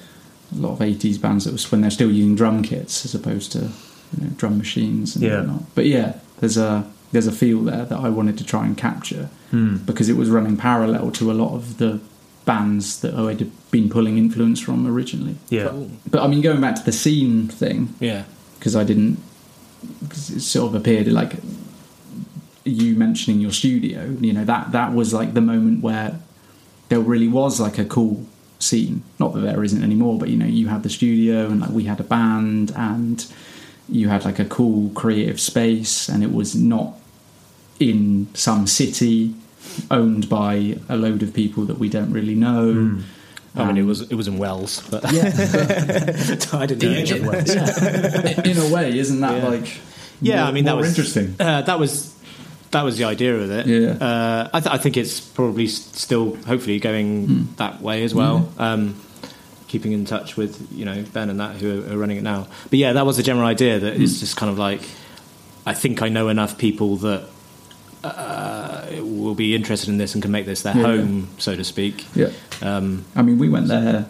D: A lot of '80s bands that was when they're still using drum kits as opposed to you know, drum machines and
A: Yeah.
D: whatnot. But yeah, there's a there's a feel there that I wanted to try and capture
A: Hmm.
D: because it was running parallel to a lot of the bands that I had been pulling influence from originally.
A: yeah,
B: Cool.
D: But I mean, going back to the scene thing,
B: Yeah.
D: because I didn't. 'cause it sort of appeared like you mentioning your studio. You know that that was like the moment where there really was like a cool scene. Not that there isn't anymore, but you know you had the studio and like we had a band and you had like a cool creative space and it was not in some city owned by a load of people that we don't really know.
B: I mean, it was it was in Wells, but
D: Um, Yeah,
B: I didn't know.
A: of Wales.
D: in a way, isn't that
B: Yeah.
D: like?
B: yeah,
D: more-
B: I mean that
D: more
B: was
D: interesting.
B: Uh, that was that was the idea of it.
D: Yeah.
B: uh, I, th- I think it's probably s- still hopefully going
D: Hmm.
B: that way as well.
D: Mm-hmm.
B: Um, keeping in touch with you know Ben and that who are, are running it now. But yeah, that was the general idea that
D: Hmm.
B: it's just kind of like I think I know enough people that. Uh, will be interested in this and can make this their
D: Yeah.
B: home, so to speak.
D: Yeah.
B: Um,
D: I mean, we went there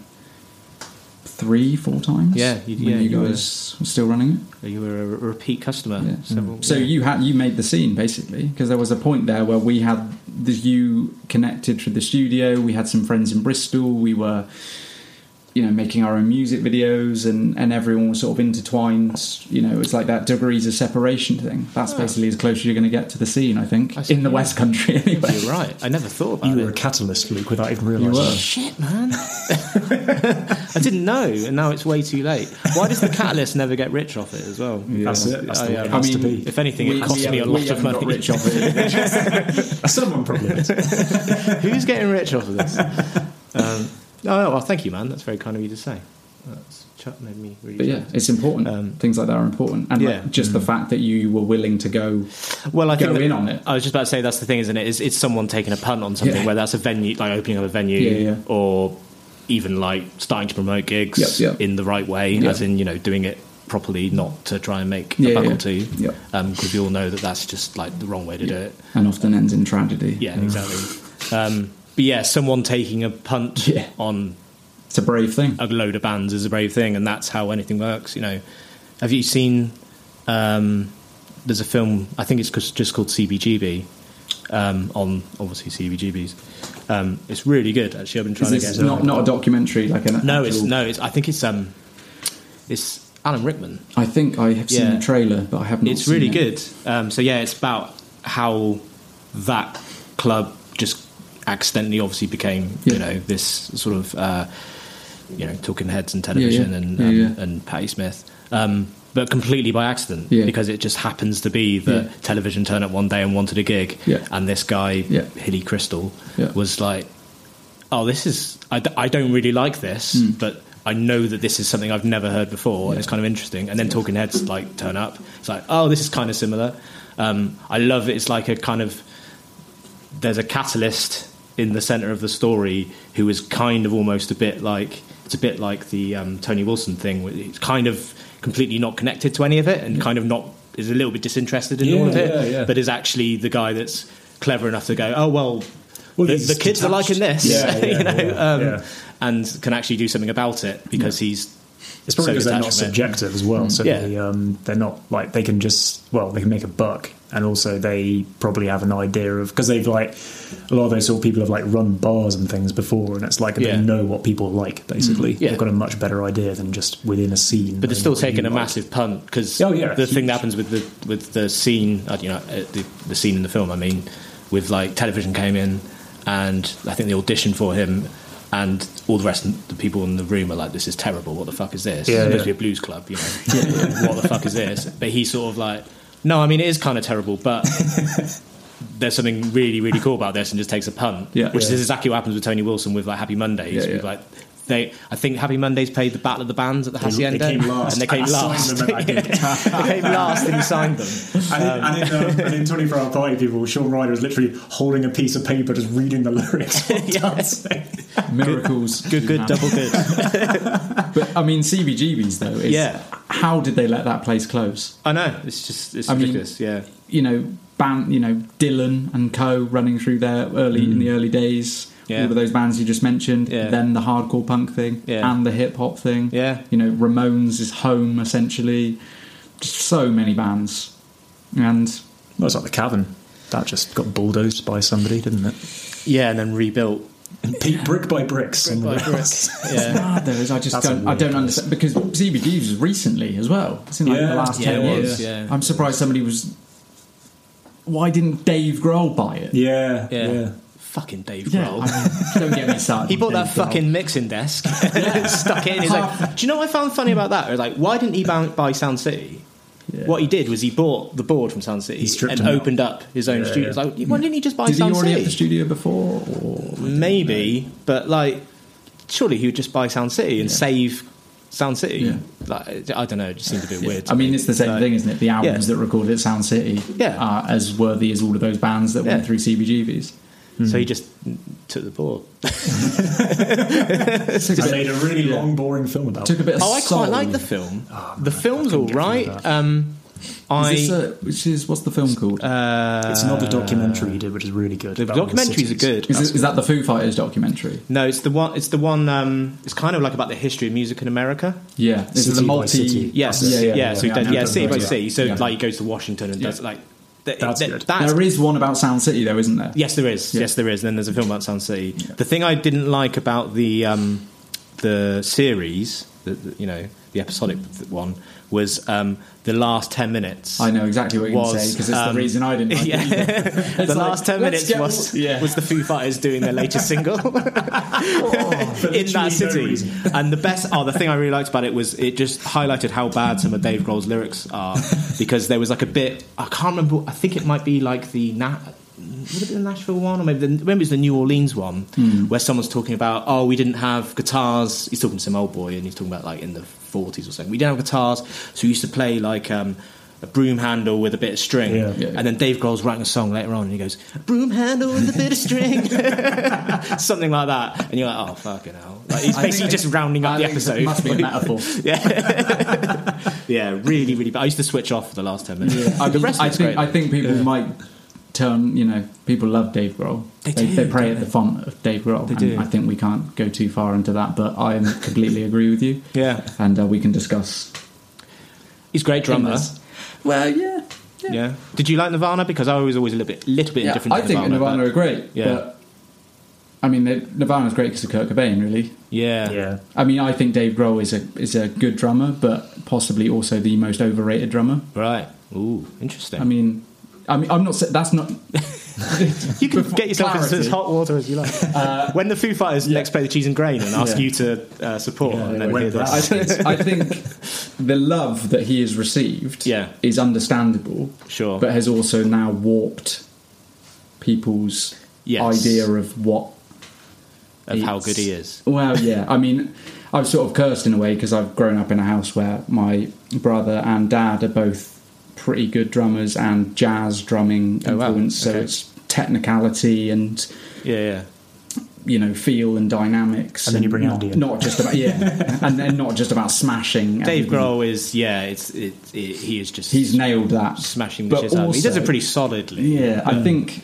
D: three, four times.
B: Yeah, you-
D: you,
B: yeah,
D: you
B: you were-
D: guys were still running it.
B: You were a re- repeat customer.
D: Yeah.
B: Several,
D: So
B: yeah.
D: you had you made the scene basically because there was a point there where we had the you connected through the studio. We had some friends in Bristol. We were, you know, making our own music videos, and and everyone was sort of intertwined. You know, it's like that degrees of separation thing. That's basically as close as you're going to get to the scene, I think,
B: I see,
D: in the
B: yeah.
D: West Country anyway.
B: You're right. I never thought about
A: You were a
B: it.
A: catalyst, Luke, without even
D: were.
A: realising.
B: Shit, man. I didn't know, and now it's way too late. Why does the catalyst never get rich off it as well?
A: That's it. That's the
B: I,
A: way it
B: um,
A: has to
D: I mean,
A: be.
B: If anything,
D: We-
B: it cost
D: we
B: me a
D: haven't- we
B: lot of
D: haven't got
B: money.
D: rich off it.
A: Someone probably is.
B: Who's getting rich off of this? um, oh, no, well, thank you, man. That's very kind of you to say. That's Chuck made me really.
D: But yeah, it's important.
B: Um,
D: Things like that are important, and
B: yeah. Mm.
D: like, just the fact that you were willing to go.
B: Well, I
D: go
B: think that-
D: in on it.
B: I was just about to say that's the thing, isn't it? Is it's someone taking a punt on something,
D: Yeah.
B: whether that's a venue, like opening up a venue,
D: Yeah, yeah.
B: or even like starting to promote gigs
D: Yep, yep.
B: in the right way,
D: Yeah.
B: as in you know doing it properly, not to try and make
D: Yeah,
B: a buck
D: yeah.
B: or two, because
D: Yep.
B: we all know that that's just like the wrong way to do it.
D: And often ends in tragedy.
B: Yeah, exactly. Um, but yeah, someone taking a punt
D: Yeah.
B: on
D: It's a brave thing.
B: a load of bands is a brave thing, and that's how anything works. You know, have you seen? Um, there's a film. I think it's cus- just called CBGB. Um, on obviously CBGBs. Um, it's really good. Actually, I've been
D: Is
B: trying to
D: this
B: get.
D: not, not a documentary like an
B: no, it's
D: actual-
B: no, it's. I think it's um, it's Alan Rickman.
D: I think I have seen
B: Yeah.
D: the trailer, but I haven't.
B: It's really good. Um, so yeah, it's about how that club just accidentally, obviously, became
D: Yeah.
B: you know this sort of uh, you know talking heads and television and
D: Yeah,
B: um,
D: yeah.
B: and Patty Smith, um, but completely by accident
D: Yeah.
B: because it just happens to be that
D: Yeah.
B: television turned up one day and wanted a gig,
D: Yeah.
B: and this guy
D: Yeah.
B: Hilly Crystal
D: Yeah.
B: was like, "Oh, this is I, d- I don't really like this, but." I know that this is something I've never heard before, and it's kind of interesting. And then Talking Heads like turn up. It's like, oh, this is kind of similar. Um, I love it. It's like a kind of there's a catalyst in the center of the story who is kind of almost a bit like it's a bit like the um, Tony Wilson thing. where It's kind of completely not connected to any of it, and kind of not is a little bit disinterested in all of
D: Yeah,
B: it.
D: yeah, yeah.
B: But is actually the guy that's clever enough to go, oh well,
A: Well,
B: the,
A: he's
B: the kids are
A: detached.
B: liking this,
A: Yeah, yeah,
B: you know,
A: yeah,
B: um,
A: yeah.
B: and can actually do something about it because he's
A: It's probably
B: so
A: because they're not
B: detached from it.
A: subjective as well. So
B: Yeah.
A: they, um, they're not like they can just well they can make a buck, and also they probably have an idea of because they've like a lot of those sort of people have like run bars and things before, and it's like
B: Yeah. Mm.
A: they know what people like basically.
B: Yeah.
A: They've got a much better idea than just within a scene.
B: but they're
A: knowing
B: still
A: what you
B: taking a
A: like.
B: massive punt because
A: Oh, yeah,
B: the thing
A: huge.
B: that happens with the with the scene, uh, you know, uh, the, the scene in the film. I mean, with like television came in, and I think the audition for him, and all the rest of the people in the room are like, "This is terrible. What the fuck is this?
A: Yeah,
B: it's supposed
A: yeah.
B: to be a blues club, you know? what the fuck is this?" But he's sort of like, "No, I mean it is kind of terrible, but." There's something really, really cool about this, and just takes a punt,
D: Yeah.
B: which
D: Yeah.
B: is exactly what happens with Tony Wilson with like Happy Mondays.
D: Yeah,
B: with,
D: yeah.
B: like they, I think Happy Mondays played the Battle of the Bands at the
A: They,
B: Hacienda,
A: they came last,
B: and they came
A: I signed
B: last.
A: them and I did.
B: they came last, and he signed them.
A: And in, and, in, uh, and in 24 Hour Party People, Sean Ryder is literally holding a piece of paper, just reading the lyrics. while
B: Yeah.
A: dancing.
D: Miracles.
B: Good, good,
D: Yeah.
B: double good.
D: But I mean, CBGBs though. Is,
B: Yeah.
D: How did they let that place close?
B: I know. It's just, it's
D: I mean-
B: ridiculous. yeah,
D: You know, band. You know, Dylan and Co. running through there early in the early days.
B: Mm. Yeah.
D: All of those bands you just mentioned.
B: Yeah.
D: Then the hardcore punk thing
B: Yeah.
D: and the hip hop thing.
B: Yeah.
D: You know, Ramones is home essentially. Just so many bands, and
A: Well, it's like the cavern. That just got bulldozed by somebody, didn't it?
B: yeah, and then rebuilt.
A: Pe- brick by brick. somebody
B: by brick.
A: else.
B: Yeah,
D: mad though is I just
A: That's a
D: don't I
A: weird
D: don't
A: place.
D: understand because CBGBs was recently as well. It's in like
A: Yeah.
D: the last
B: Yeah,
D: ten
B: it was,
D: years.
B: yeah.
D: I'm surprised somebody was. Why didn't Dave Grohl buy it?
A: Yeah,
B: yeah.
A: yeah.
B: Fucking Dave
D: Yeah,
B: Grohl.
D: I mean, don't get me started.
B: He
D: on
B: bought that
D: Dave Grohl.
B: fucking mixing desk, stuck it in. He's like, "Do you know what I found funny about that? It was Like, why didn't he buy, buy Sound City?
D: Yeah.
B: What he did was he bought the board from Sound City
A: He stripped
B: and
A: him out.
B: opened up his own
A: Yeah,
B: studio.
A: yeah.
B: It's like, why didn't he just buy
D: Did he
B: Sound
D: already
B: City?
D: have the studio before? Or
B: Maybe, but like, surely he would just buy Sound City and save Sound City.
D: Yeah.
B: Like, I don't know. It just seemed a bit weird. to
D: I mean,
B: me.
D: it's the same
B: Like,
D: thing, isn't it? The albums
B: Yeah.
D: that recorded at Sound City
B: Yeah.
D: are as worthy as all of those bands that
B: Yeah.
D: went through CBGBs. mm.
B: So he just took the board.
A: I made a really long, boring film about
D: Took a
A: it.
D: bit of
B: Oh, I
D: soul.
B: quite like the film. the film's all
A: through
B: right.
A: that.
B: Um, I Uh,
D: Is this a, which is what's the film called?
A: It's another documentary he did, which is really good.
B: the
A: about all
B: documentaries
A: cities.
B: are good.
D: is, it, is that the Foo Fighters documentary?
B: No, it's the one. It's the one. Um, it's kind of like about the history of music in America.
D: Yeah, is it the
A: City by
D: multi?
A: City.
B: Yes,
D: Yeah,
B: yeah,
D: yeah, yeah.
B: So he
D: Yeah,
B: does,
D: I've
B: yeah,
D: done
B: city by
D: those, yeah.
B: city. So
D: Yeah.
B: like he goes to Washington and does
D: Yeah.
B: like th-
A: That's
B: th-
A: good.
B: That's
D: there is one about Sound City, though, isn't there?
B: yes, there is.
D: Yeah.
B: Yes, there is. Then there's a film about Sound City. The thing I didn't like about the um, the series, the, the, you know, the episodic one, was um, the last ten minutes.
D: I know exactly what you're going to say
B: Was,
D: because it's
B: um,
D: the reason I didn't. Like
B: yeah.
D: it either.
B: the
D: like,
B: last ten
D: let's
B: minutes
D: get
B: was
D: all- yeah. Oh,
B: was the Foo Fighters doing their latest single in that city. and the best, oh, the thing I really liked about it was it just highlighted how bad some of Dave Grohl's lyrics are because there was like a bit I can't remember. I think it might be like the Na- would it be the Nashville one or maybe the, maybe it's the New Orleans one where someone's talking about oh we didn't have guitars. He's talking to some old boy and he's talking about like in the forties or something. We didn't have guitars, so we used to play like. um a broom handle with a bit of string,
A: Yeah.
D: Yeah.
B: and then Dave Grohl's writing a song later on, and he goes, "Broom handle with a bit of string." something like that, and you're like, oh fucking hell! Like, he's
D: I think
B: basically
D: it-
B: just rounding up
D: I
B: the
D: think it
B: episode.
D: Must be a
B: Like,
D: metaphor.
B: yeah, really, really. But I used to switch off for the last ten minutes. Oh,
D: I,
B: the rest
D: I
B: of it's
D: think
B: great.
D: I think people might turn. You know, people love Dave Grohl. They
B: do,
D: They pray at the font of Dave Grohl. They
B: do.
D: I think we can't go too far into that, but I completely agree with you.
B: Yeah.
D: and uh, we can discuss.
B: he's a great drummer.
D: this. Well, yeah,
B: Yeah. Did you like Nirvana? Because I was always a little bit, little bit
D: Yeah,
B: indifferent.
D: I
B: to
D: think
B: Nirvana,
D: Nirvana
B: but-
D: are great.
B: Yeah.
D: But, I mean, they- Nirvana's great because of Kurt Cobain, really.
B: yeah,
A: Yeah.
D: I mean, I think Dave Grohl is a is a good drummer, but possibly also the most overrated drummer.
B: right. Ooh, interesting.
D: I mean, I mean, I'm not. sa- That's not.
B: you can
D: before-
B: get yourself into
D: clarity. Uh,
B: as hot water as you like. when the Foo Fighters next play the Cheese and Grain and ask
D: Yeah.
B: you to uh, support, and then
A: won't
B: hear
A: do that.
D: I
B: this.
D: think, I think the love that he has received
B: Yeah.
D: is understandable,
B: Sure.
D: but has also now warped people's
B: Yes.
D: idea of what
B: Of how
D: it's-
B: good he is.
D: Well, yeah. I mean, I've sort of cursed in a way because I've grown up in a house where my brother and dad are both pretty good drummers and jazz drumming
B: Oh, wow.
D: influence. So
B: Okay.
D: it's technicality and
B: Yeah, yeah.
D: you know feel and dynamics.
A: And then you bring
D: not,
A: Andy in.
D: Not just about yeah, and then not just about smashing.
B: Dave
D: everything.
B: Grohl is yeah. It's it, it, he is just
D: He's nailed that
B: smashing the
D: But
B: shit out. of it. He does
D: also-
B: it pretty Mm. solidly.
D: Yeah, I think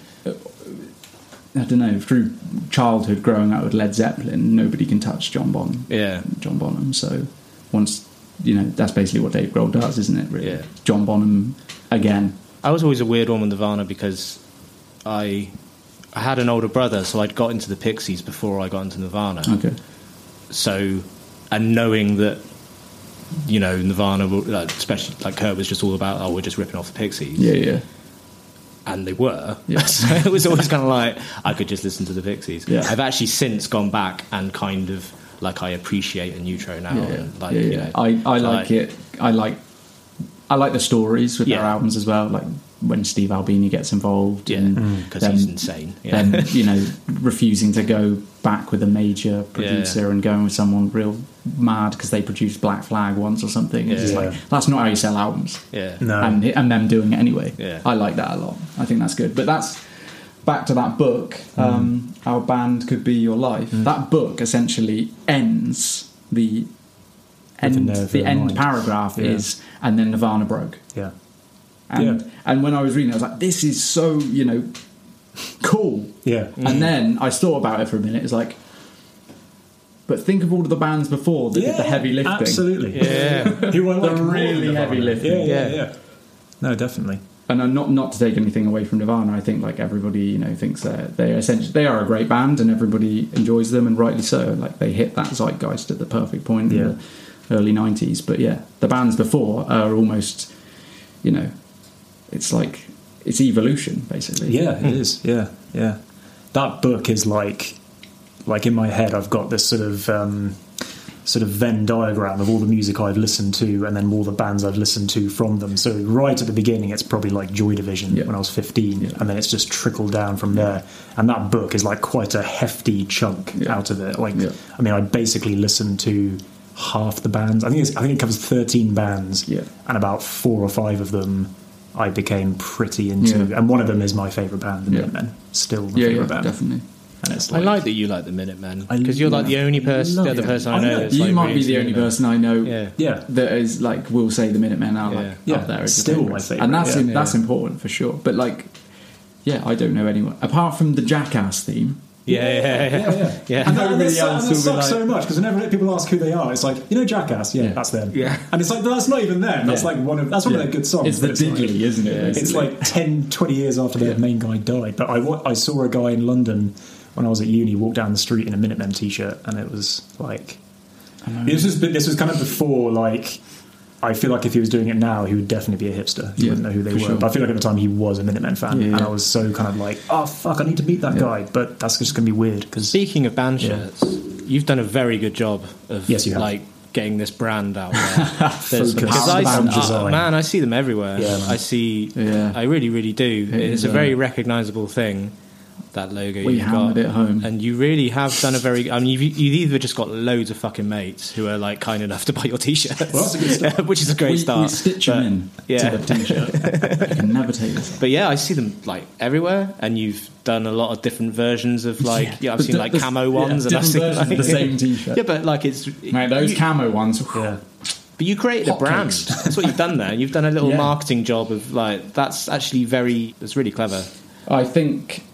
D: I don't know. Through childhood, growing up with Led Zeppelin, nobody can touch John Bonham.
B: Yeah.
D: John Bonham. So once you know, that's basically what Dave Grohl does, isn't it? Really,
B: Yeah.
D: John Bonham again.
B: I was always a weird one with Nirvana because I I had an older brother, so I'd got into the Pixies before I got into Nirvana.
D: Okay,
B: So, and knowing that, you know, Nirvana, were- like, especially like Kurt, was just all about, oh, we're just ripping off the Pixies,
D: yeah, yeah,
B: and they were.
D: Yeah.
B: so it was always kind of like I could just listen to the Pixies.
D: Yeah.
B: I've actually since gone back and kind of like I appreciate a Neutro now.
D: yeah.
B: and like,
D: yeah,
B: You
D: yeah.
B: know,
D: I, I like
B: it.
D: it. I like I like the stories with their
B: Yeah.
D: albums as well. Like when Steve Albini gets involved,
B: Yeah,
D: and
B: because
D: Mm. them-
B: Mm, he's insane. Yeah.
D: them, you know, refusing to go back with a major producer and going with someone real mad because they produced Black Flag once or something. It's just
A: Yeah.
D: like that's not how you sell albums.
B: yeah.
A: No.
D: and, and them doing it anyway.
B: Yeah.
D: I like that a lot. I think that's good. But that's back to that book.
A: Mm.
D: Um, Our band could be your life. That book essentially ends the end.
A: nerve
D: The
A: in
D: end
A: mind.
D: paragraph
A: Yeah.
D: is and then Nirvana broke.
A: Yeah.
D: And
A: Yeah.
D: and when I was reading, it, I was like, this is so you know cool.
A: Yeah.
D: Mm. And then I thought about it for a minute. It's like, but think of all of the bands before that did the heavy lifting.
A: Absolutely.
B: Yeah.
A: Who I like
D: The
A: more
D: really
A: than
D: heavy
A: Nirvana.
D: lifting.
A: Yeah, yeah,
B: Yeah.
A: yeah. No, definitely.
D: and I'm not not to take anything away from Nirvana. I think like everybody, you know, thinks that they essentially they are a great band, and everybody enjoys them, and rightly so. Like they hit that zeitgeist at the perfect point
A: Yeah.
D: in the early '90s. But yeah, the bands before are almost, you know, it's like it's evolution basically.
A: Yeah, it is. Yeah, yeah. That book is like, like in my head, I've got this sort of, um, sort of Venn diagram of all the music I've listened to, and then all the bands I've listened to from them. So right at the beginning, it's probably like Joy Division
D: Yeah.
A: when I was fifteen,
D: Yeah.
A: and then it's just trickled down from there. And that book is like quite a hefty chunk
D: Yeah.
A: out of it. Like,
D: Yeah.
A: I mean, I basically listened to half the bands. I think it's, I think it covers thirteen bands,
D: Yeah.
A: and about four or five of them. I became pretty into,
D: Yeah.
A: and one of them is my favorite band, the
D: Yeah.
A: Minutemen. Still my
D: yeah, yeah
A: favorite band.
D: definitely.
A: and it's
B: I
A: like,
B: like that you like the Minutemen
A: I
B: because you're like the only person,
A: love
B: the other
A: it.
B: person I
A: I
B: know.
A: know.
B: that's,
D: you
B: like,
D: might be
B: reads
D: the only
B: Minutemen.
D: person I know
B: Yeah.
A: yeah,
D: that is like will say the Minutemen are like
B: Yeah.
D: up
A: Yeah.
D: there. as your
A: Still my
D: favourites.
A: favourite,
D: and that's
A: yeah.
D: im- that's
B: Yeah.
D: important for sure. But like, yeah, I don't know anyone apart from the Jackass theme.
B: Yeah, yeah, yeah.
A: yeah, yeah.
B: Yeah.
A: And, that, and,
D: Everybody
A: that, and
D: else
A: that
D: will be
A: sucks
D: like-
A: so much because whenever people ask who they are, it's like you know Jackass, yeah,
B: Yeah.
A: that's them,
B: Yeah.
A: and it's like that's not even them. That's
D: Yeah.
A: like one of that's one
D: Yeah.
A: of their good songs.
D: It's the
A: but
D: Diggly,
A: like-
D: isn't it?
A: It's
D: basically?
A: like 10, 20 years after their main guy died. But I, wa- I saw a guy in London when I was at uni walk down the street in a Minutemen t-shirt, and it was like this was this was kind of before like. I feel like if he was doing it now, he would definitely be a hipster. He
D: Yeah,
A: wouldn't know who they
D: for
A: were.
D: sure.
A: But I feel like at the time he was a Minutemen fan,
D: Yeah,
A: and
D: yeah.
A: I was so kind of like, "Oh fuck, I need to meet that guy." But that's just going to be weird because
B: Speaking of band
A: Yeah.
B: shirts, you've done a very good job of
A: Yes, you have.
B: like getting this brand out there. There's-
A: Focus.
B: because I,
A: Band
B: uh,
A: design.
B: man, I see them everywhere.
A: Yeah, man.
B: I see.
D: Yeah.
B: I really, really do. it's
D: is,
B: a
D: uh,
B: very recognisable thing. That logo
D: We
B: you've
D: hammered
B: got,
D: it home.
B: and you really have done a very. I mean, you've, you've either just got loads of fucking mates who are like kind enough to buy your t-shirts,
A: Well, that's a good start.
B: which is a great
D: we,
B: start.
D: we stitch them
B: but-
D: in
B: yeah.
D: to the t-shirt. you can never take this. off.
B: But yeah, I see them like everywhere, and you've done a lot of different versions of like yeah, I've
D: But
B: seen
D: th-
B: like
D: there's- yeah,
B: camo ones, and I've
D: different
B: seen
D: versions of
B: like-
D: the same t-shirt.
B: Yeah, but like it's
D: Mate, those
B: you-
D: camo ones.
A: yeah,
B: But you created a
D: Hotcakes.
B: brand. That's what you've done there. You've done a little
D: Yeah.
B: marketing job of like that's actually very. It's really clever.
D: I think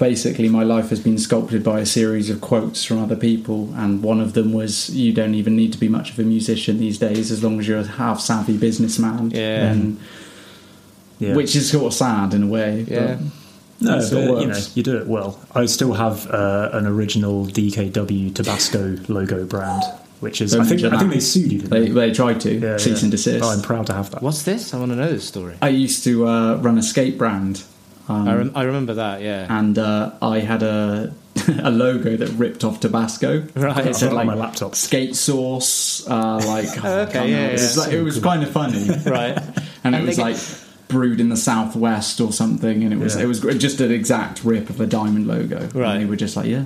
D: basically my life has been sculpted by a series of quotes from other people, and one of them was, "You don't even need to be much of a musician these days, as long as you're a half savvy businessman."
B: Yeah.
D: And-
A: yeah.
D: which is sort of sad in a way.
B: Yeah.
A: No,
D: It
A: but,
D: still
A: you know,
D: works.
A: you do it well. I still have uh, an original DKW Tabasco logo brand, which is
D: Don't
A: I think
D: mention
A: I think
D: that.
A: they sued you.
D: but
A: Didn't
D: they
A: they?
D: they tried to
A: Yeah,
D: cease
A: yeah.
D: and desist.
A: Oh, I'm proud to have that.
B: What's this? I want to know this story.
D: I used to uh, run a skate brand. Um,
B: I, rem- I remember that. Yeah.
D: and uh, I had a a logo that ripped off Tabasco.
B: Right.
D: it said
A: I've got it on
D: like
A: my laptop.
D: skate sauce. Uh, like oh, I
B: Okay,
D: can't
B: yeah,
D: remember. It
B: yeah.
D: was, like, it was kind of funny,
B: right.
D: and,
B: And
D: it
B: they
D: was
B: get-
D: like brewed in the southwest or something, and it was
A: Yeah.
D: it was gr- just an exact rip of a diamond logo. And
B: Right.
D: they were just like, yeah.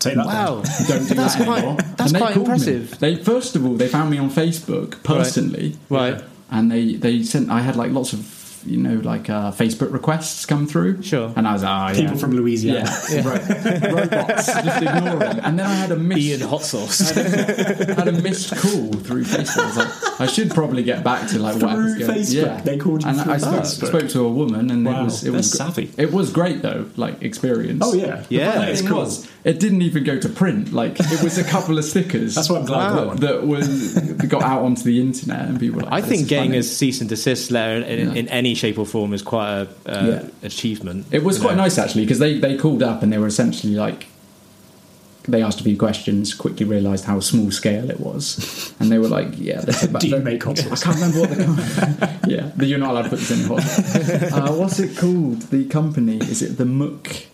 A: Take that.
B: Wow.
D: Don't do
B: That's
D: that
B: quite-
D: anymore.
B: that's
D: And they
B: quite
D: called me.
B: impressive.
D: They first of all they found me on Facebook personally,
B: Right.
D: And they they sent I had like lots of you know like uh, Facebook requests come through,
B: Sure.
D: And I was like, oh,
A: People
D: yeah.
A: from Louisiana.
D: Yeah, Ro- robots. Just ignore them. And then I had a
B: Ian
D: missed,
B: Hot Sauce.
D: had a missed call through Facebook. I was like, I should probably get back to like whatever's
A: Through
D: going.
A: Facebook? They called you
D: And
A: through
D: I spoke,
A: Facebook?
D: spoke to a woman, and
A: Wow,
D: it was it
A: they're
D: was gr-
A: savvy.
D: It was great though, like experience.
A: Oh yeah.
B: Yeah.
D: The funny
B: it's
D: thing was, it didn't even go to print. Like it was a couple of stickers.
A: That's why I'm glad I got
B: Wow.
A: one.
D: that was that got out onto the internet, and people. Were like,
B: I
D: "This
B: think
D: is
B: getting
D: funny."
B: a cease and desist letter in, in any shape or form is quite a uh,
D: Yeah.
B: achievement.
D: It was
B: you
D: quite
B: know.
D: nice actually because they, they called up and they were essentially like they asked a few questions, quickly realised how small scale it was, and they were like, "Yeah, let's talk about
A: Do you
D: that."
A: make hot
D: I
A: sauce?
D: can't remember what the com- yeah the you're not allowed to put this in hot. Uh, what's it called? The company is it the Mook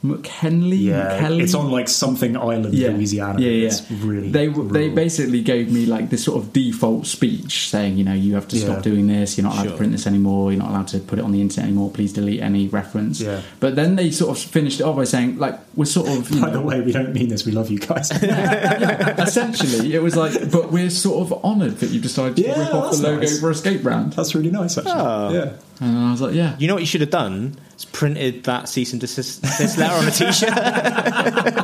D: Mook Henley?
A: Yeah, it's on like something island, Louisiana.
D: Yeah, yeah.
A: It's really
D: they they
A: rural.
D: basically gave me like this sort of default speech saying, you know, you have to stop
A: Yeah.
D: doing this. You're not allowed
B: Sure.
D: to print this anymore. You're not allowed to put it on the internet anymore. Please delete any reference.
A: Yeah.
D: But then they sort of finished it off by saying, like, we're sort of you
A: By the
D: know,
A: way, we don't mean this. We love you guys.
D: essentially it was like, but we're sort of honoured that you decided to
A: Yeah,
D: rip off the
A: that's
D: logo
A: nice.
D: for a skate brand.
A: That's really nice, actually.
B: Oh.
A: Yeah.
D: And I was like, yeah.
B: You know what you should have done? It's printed that cease and desist, desist letter on a t-shirt.
D: yeah.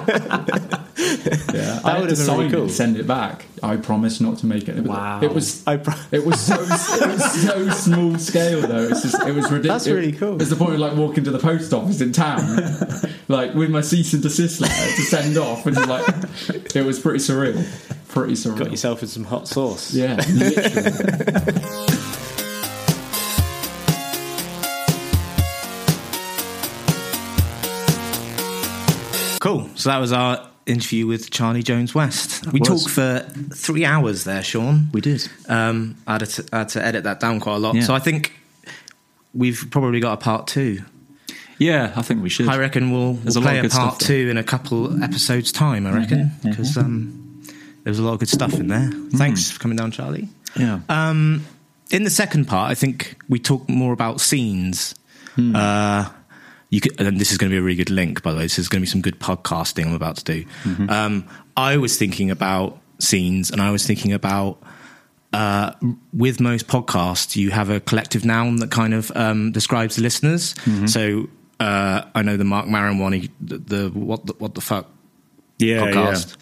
B: would
D: I
B: have
D: had to
B: been really
D: sign it
B: cool.
D: and send it back. I promise not to make it.
A: Wow.
D: It was
B: I pro-
D: It was so it was so small scale though. It's just, it was ridiculous.
B: That's really cool.
D: It's the point of like walking to the post office in town, like with my cease and desist letter to send off, and like it was pretty surreal. Pretty surreal.
B: got yourself in some hot sauce.
D: Yeah, literally.
B: Cool. So that was our interview with Charlie Jones West. We
A: was.
B: talked for three hours there, Sean.
A: We did.
B: Um, I, had to, I had to edit that down quite a lot.
E: Yeah.
B: So I think we've probably got a part two.
E: Yeah, I think we should.
B: I reckon we'll,
E: There's a
B: we'll
E: lot
B: play
E: of
B: a
E: good
B: part
E: stuff there. Mm-hmm.
B: two in a couple episodes' time, I reckon. Because um, there was a lot of good stuff in there.
E: Mm.
B: Thanks for coming down, Charlie.
E: yeah.
B: Um, in the second part, I think we talk more about scenes. Uh, you could, and this is going to be a really good link, by the way. This is going to be some good podcasting I'm about to do.
F: Mm-hmm.
B: Um, I was thinking about scenes, and I was thinking about uh, with
F: Mm-hmm.
B: most podcasts, you have a collective noun that kind of um, describes the listeners. So Uh, I know the Mark Maron one. He, the, the what the what the fuck
F: Yeah,
B: podcast.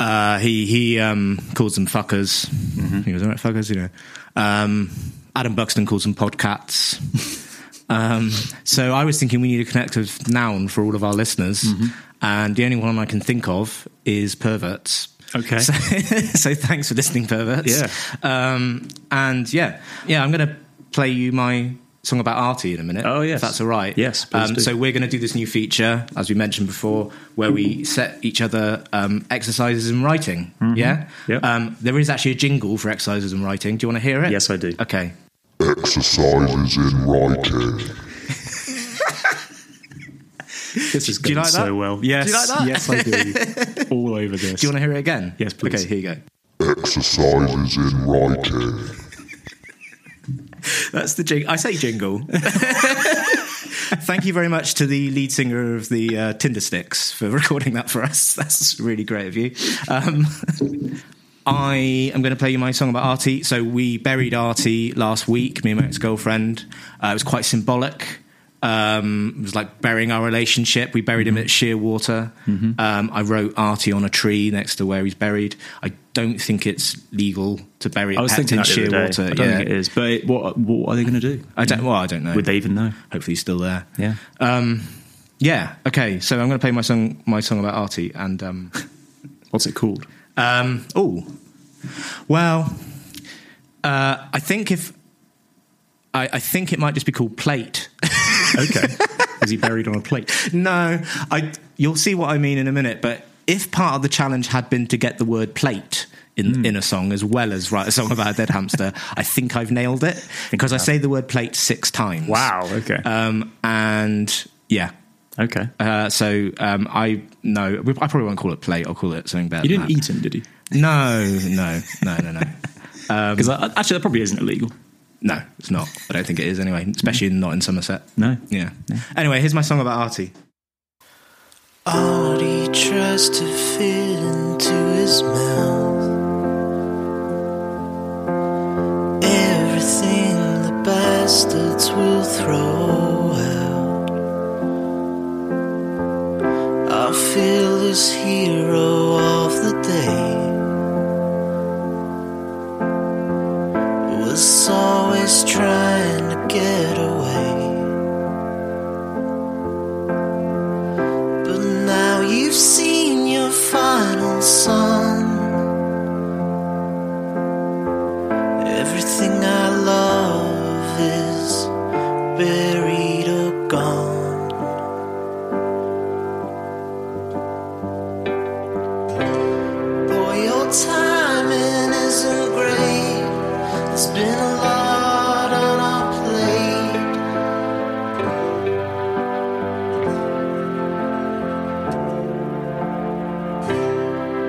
B: Uh, he he um, calls them fuckers.
F: Mm-hmm.
B: He was all right, fuckers, you know. Um, Adam Buxton calls them podcats. um, so I was thinking we need a connective noun for all of our listeners,
F: Mm-hmm.
B: and the only one I can think of is perverts.
F: Okay.
B: So, so thanks for listening, perverts.
F: Yeah.
B: Um, and yeah, yeah, I'm going to play you my song about Artie in a minute.
F: Oh,
B: yeah,
F: yes.
B: If that's all right.
F: Yes, please
B: Um,
F: do.
B: so we're going to do this new feature, as we mentioned before, where we set each other um, exercises in writing. Yeah.
F: Mm-hmm. Yep.
B: Um, there is actually a jingle for exercises in writing. Do you want to hear it?
F: Yes, I do.
B: Okay.
G: Exercises in writing.
F: This is
B: Do you
F: going
B: like
F: so
B: that?
F: well. Yes,
B: Do you like that?
F: yes, I do. All over this.
B: Do you want to hear it again?
F: Yes, please.
B: Okay. Here you go.
G: Exercises in writing.
B: That's the jingle. I say jingle. Thank you very much to the lead singer of the uh, Tinder Sticks for recording that for us. That's really great of you. Um, I am going to play you my song about Artie. So we buried Artie last week, me and my ex-girlfriend. Uh, it was quite symbolic. Um, it was like burying our relationship. We buried
A: Mm-hmm.
B: him at Shearwater. Um, I wrote Artie on a tree next to where he's buried. I don't think it's legal to bury
A: I was
B: pets
A: thinking
B: in
A: that the other day.
B: Shearwater.
A: I don't
B: yeah. Mm.
A: think it is, but it, what what are they going to do?
B: I don't. Well, I don't know.
A: Mm. Would they even know?
B: Hopefully, he's still there.
A: Yeah.
B: Um, yeah. Okay. So I'm going to play my song, my song about Artie, and um,
A: What's it called?
B: um, oh, well, uh, I think if I, I think it might just be called plate.
A: Okay, is he buried on a plate?
B: no, I. You'll see what I mean in a minute. But if part of the challenge had been to get the word plate. In,
A: Hmm.
B: in a song as well as write a song about a dead hamster i think i've nailed it because i say the word plate six times
A: Okay.
B: um, and yeah
A: okay.
B: Uh, so um, I no, I probably won't call it plate. I'll call it something better.
A: You didn't
B: than
A: eat him, did you?
B: that. No, no, no, no, no,
A: Because actually, that probably isn't illegal.
B: no. It's not. I don't think it is anyway. Especially not in Somerset.
A: No.
B: Yeah. Anyway, here's my song about Artie.
H: Artie tries to fit into his mouth everything the bastards will throw out. I feel this hero of the day was always trying to get away. But now you've seen your final son. Everything I love is buried or gone. Boy, your timing isn't great. There's been a lot on our plate.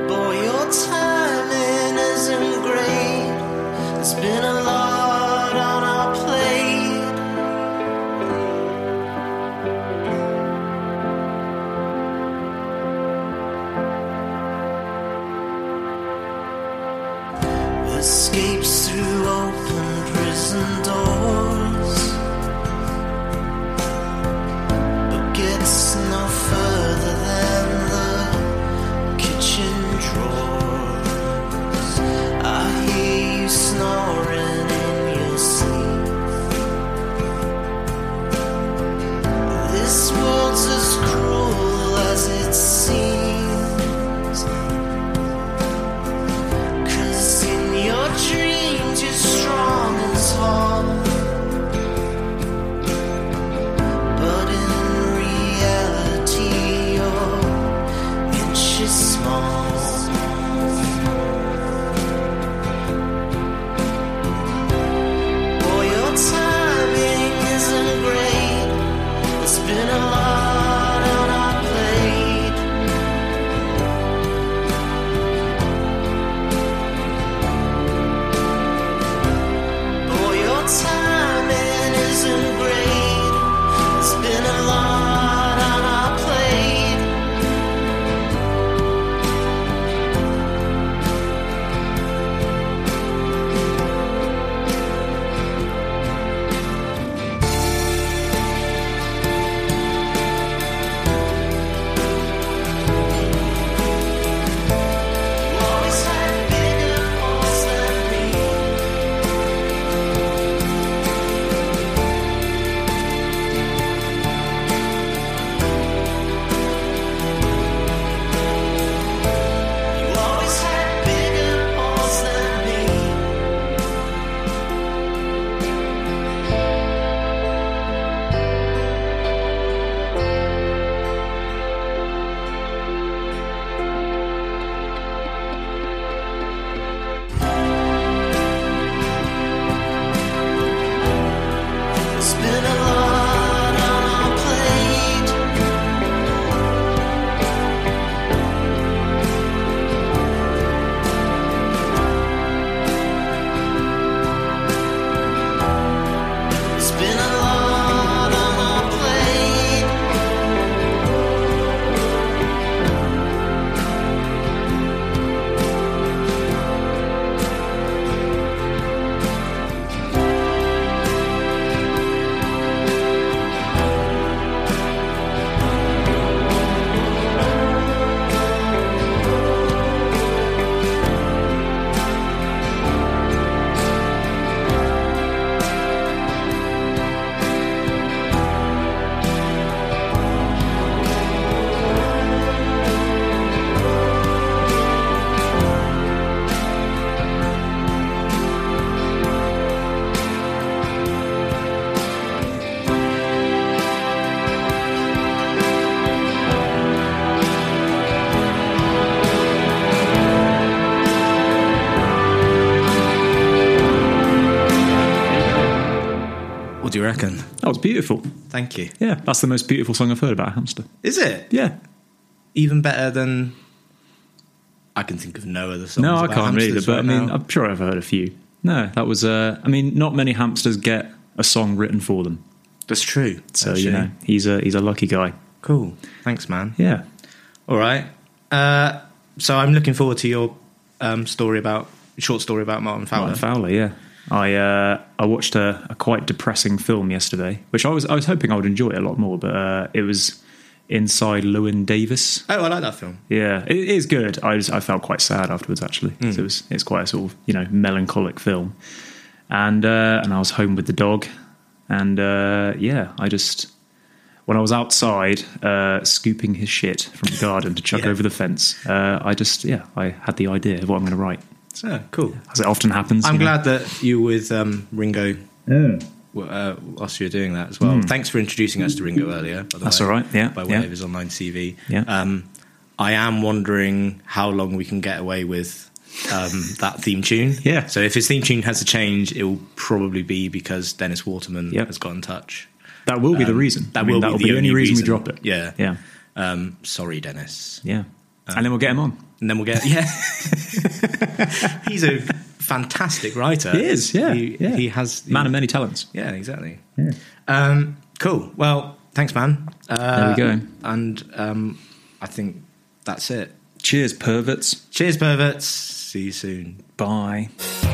H: Boy, your timing isn't great. There's been a lot on our plate. Escapes through open prison doors, but gets no further than the kitchen drawers. I hear you snoring in your sleep. This world's as cruel as it seems. Cause in your dreams you're strong and tall. But in reality you're inches small. Boy, your timing isn't great. It's been a long
B: reckon?
F: That was beautiful.
B: Thank you.
F: Yeah, that's the most beautiful song I've heard about a hamster.
B: Is it
F: Yeah.
B: even better than? I can think of no other songs.
F: No, I
B: about
F: can't
B: hamsters
F: either. But I
B: right
F: mean,
B: now.
F: I'm sure I've heard a few. No, that was. Uh, I mean, not many hamsters get a song written for them.
B: that's true.
F: So
B: actually.
F: you know, he's a he's a lucky guy.
B: cool. Thanks, man.
F: Yeah.
B: All right. Uh, so I'm looking forward to your um, story about short story about Martin Fowler.
F: Martin Fowler, yeah. I uh, I watched a, a quite depressing film yesterday, which I was I was hoping I would enjoy it a lot more, but uh, it was Inside Lewin Davis.
B: oh, I like that film.
F: Yeah, it is good. I just, I felt quite sad afterwards actually.
B: Hmm.
F: So it was it's quite a sort of you know melancholic film, and uh, and I was home with the dog, and uh, yeah, I just when I was outside uh, scooping his shit from the garden to chuck
B: Yeah.
F: over the fence, uh, I just yeah I had the idea of what I'm going to write,
B: Oh, cool.
F: as it often happens.
B: I'm
F: you know.
B: glad that you were with um, Ringo. w- Uh, whilst you were doing that as well. Thanks for introducing us to Ringo earlier. By the
F: Hmm. That's
B: way,
F: all right, yeah,
B: By way
F: yeah.
B: of his online CV.
F: Yeah.
B: Um, I am wondering how long we can get away with um, that theme tune.
F: Yeah.
B: So if his theme tune has to change, it will probably be because Dennis Waterman
F: Yep.
B: has got in touch.
F: That will be the
B: Um,
F: reason.
B: That
F: I mean,
B: will be the, only reason,
F: we drop it.
B: Yeah.
F: yeah,
B: Um, sorry, Dennis.
F: yeah. and then we'll get him on.
B: And then we'll get yeah. He's a fantastic writer.
F: He is, yeah,
B: He,
F: yeah.
B: he has
F: Man of many talents.
B: Yeah, exactly. Um, cool. Well, thanks, man. Uh,
F: There we go.
B: And um, I think that's it.
F: Cheers, perverts.
B: Cheers, perverts. See you soon.
F: Bye.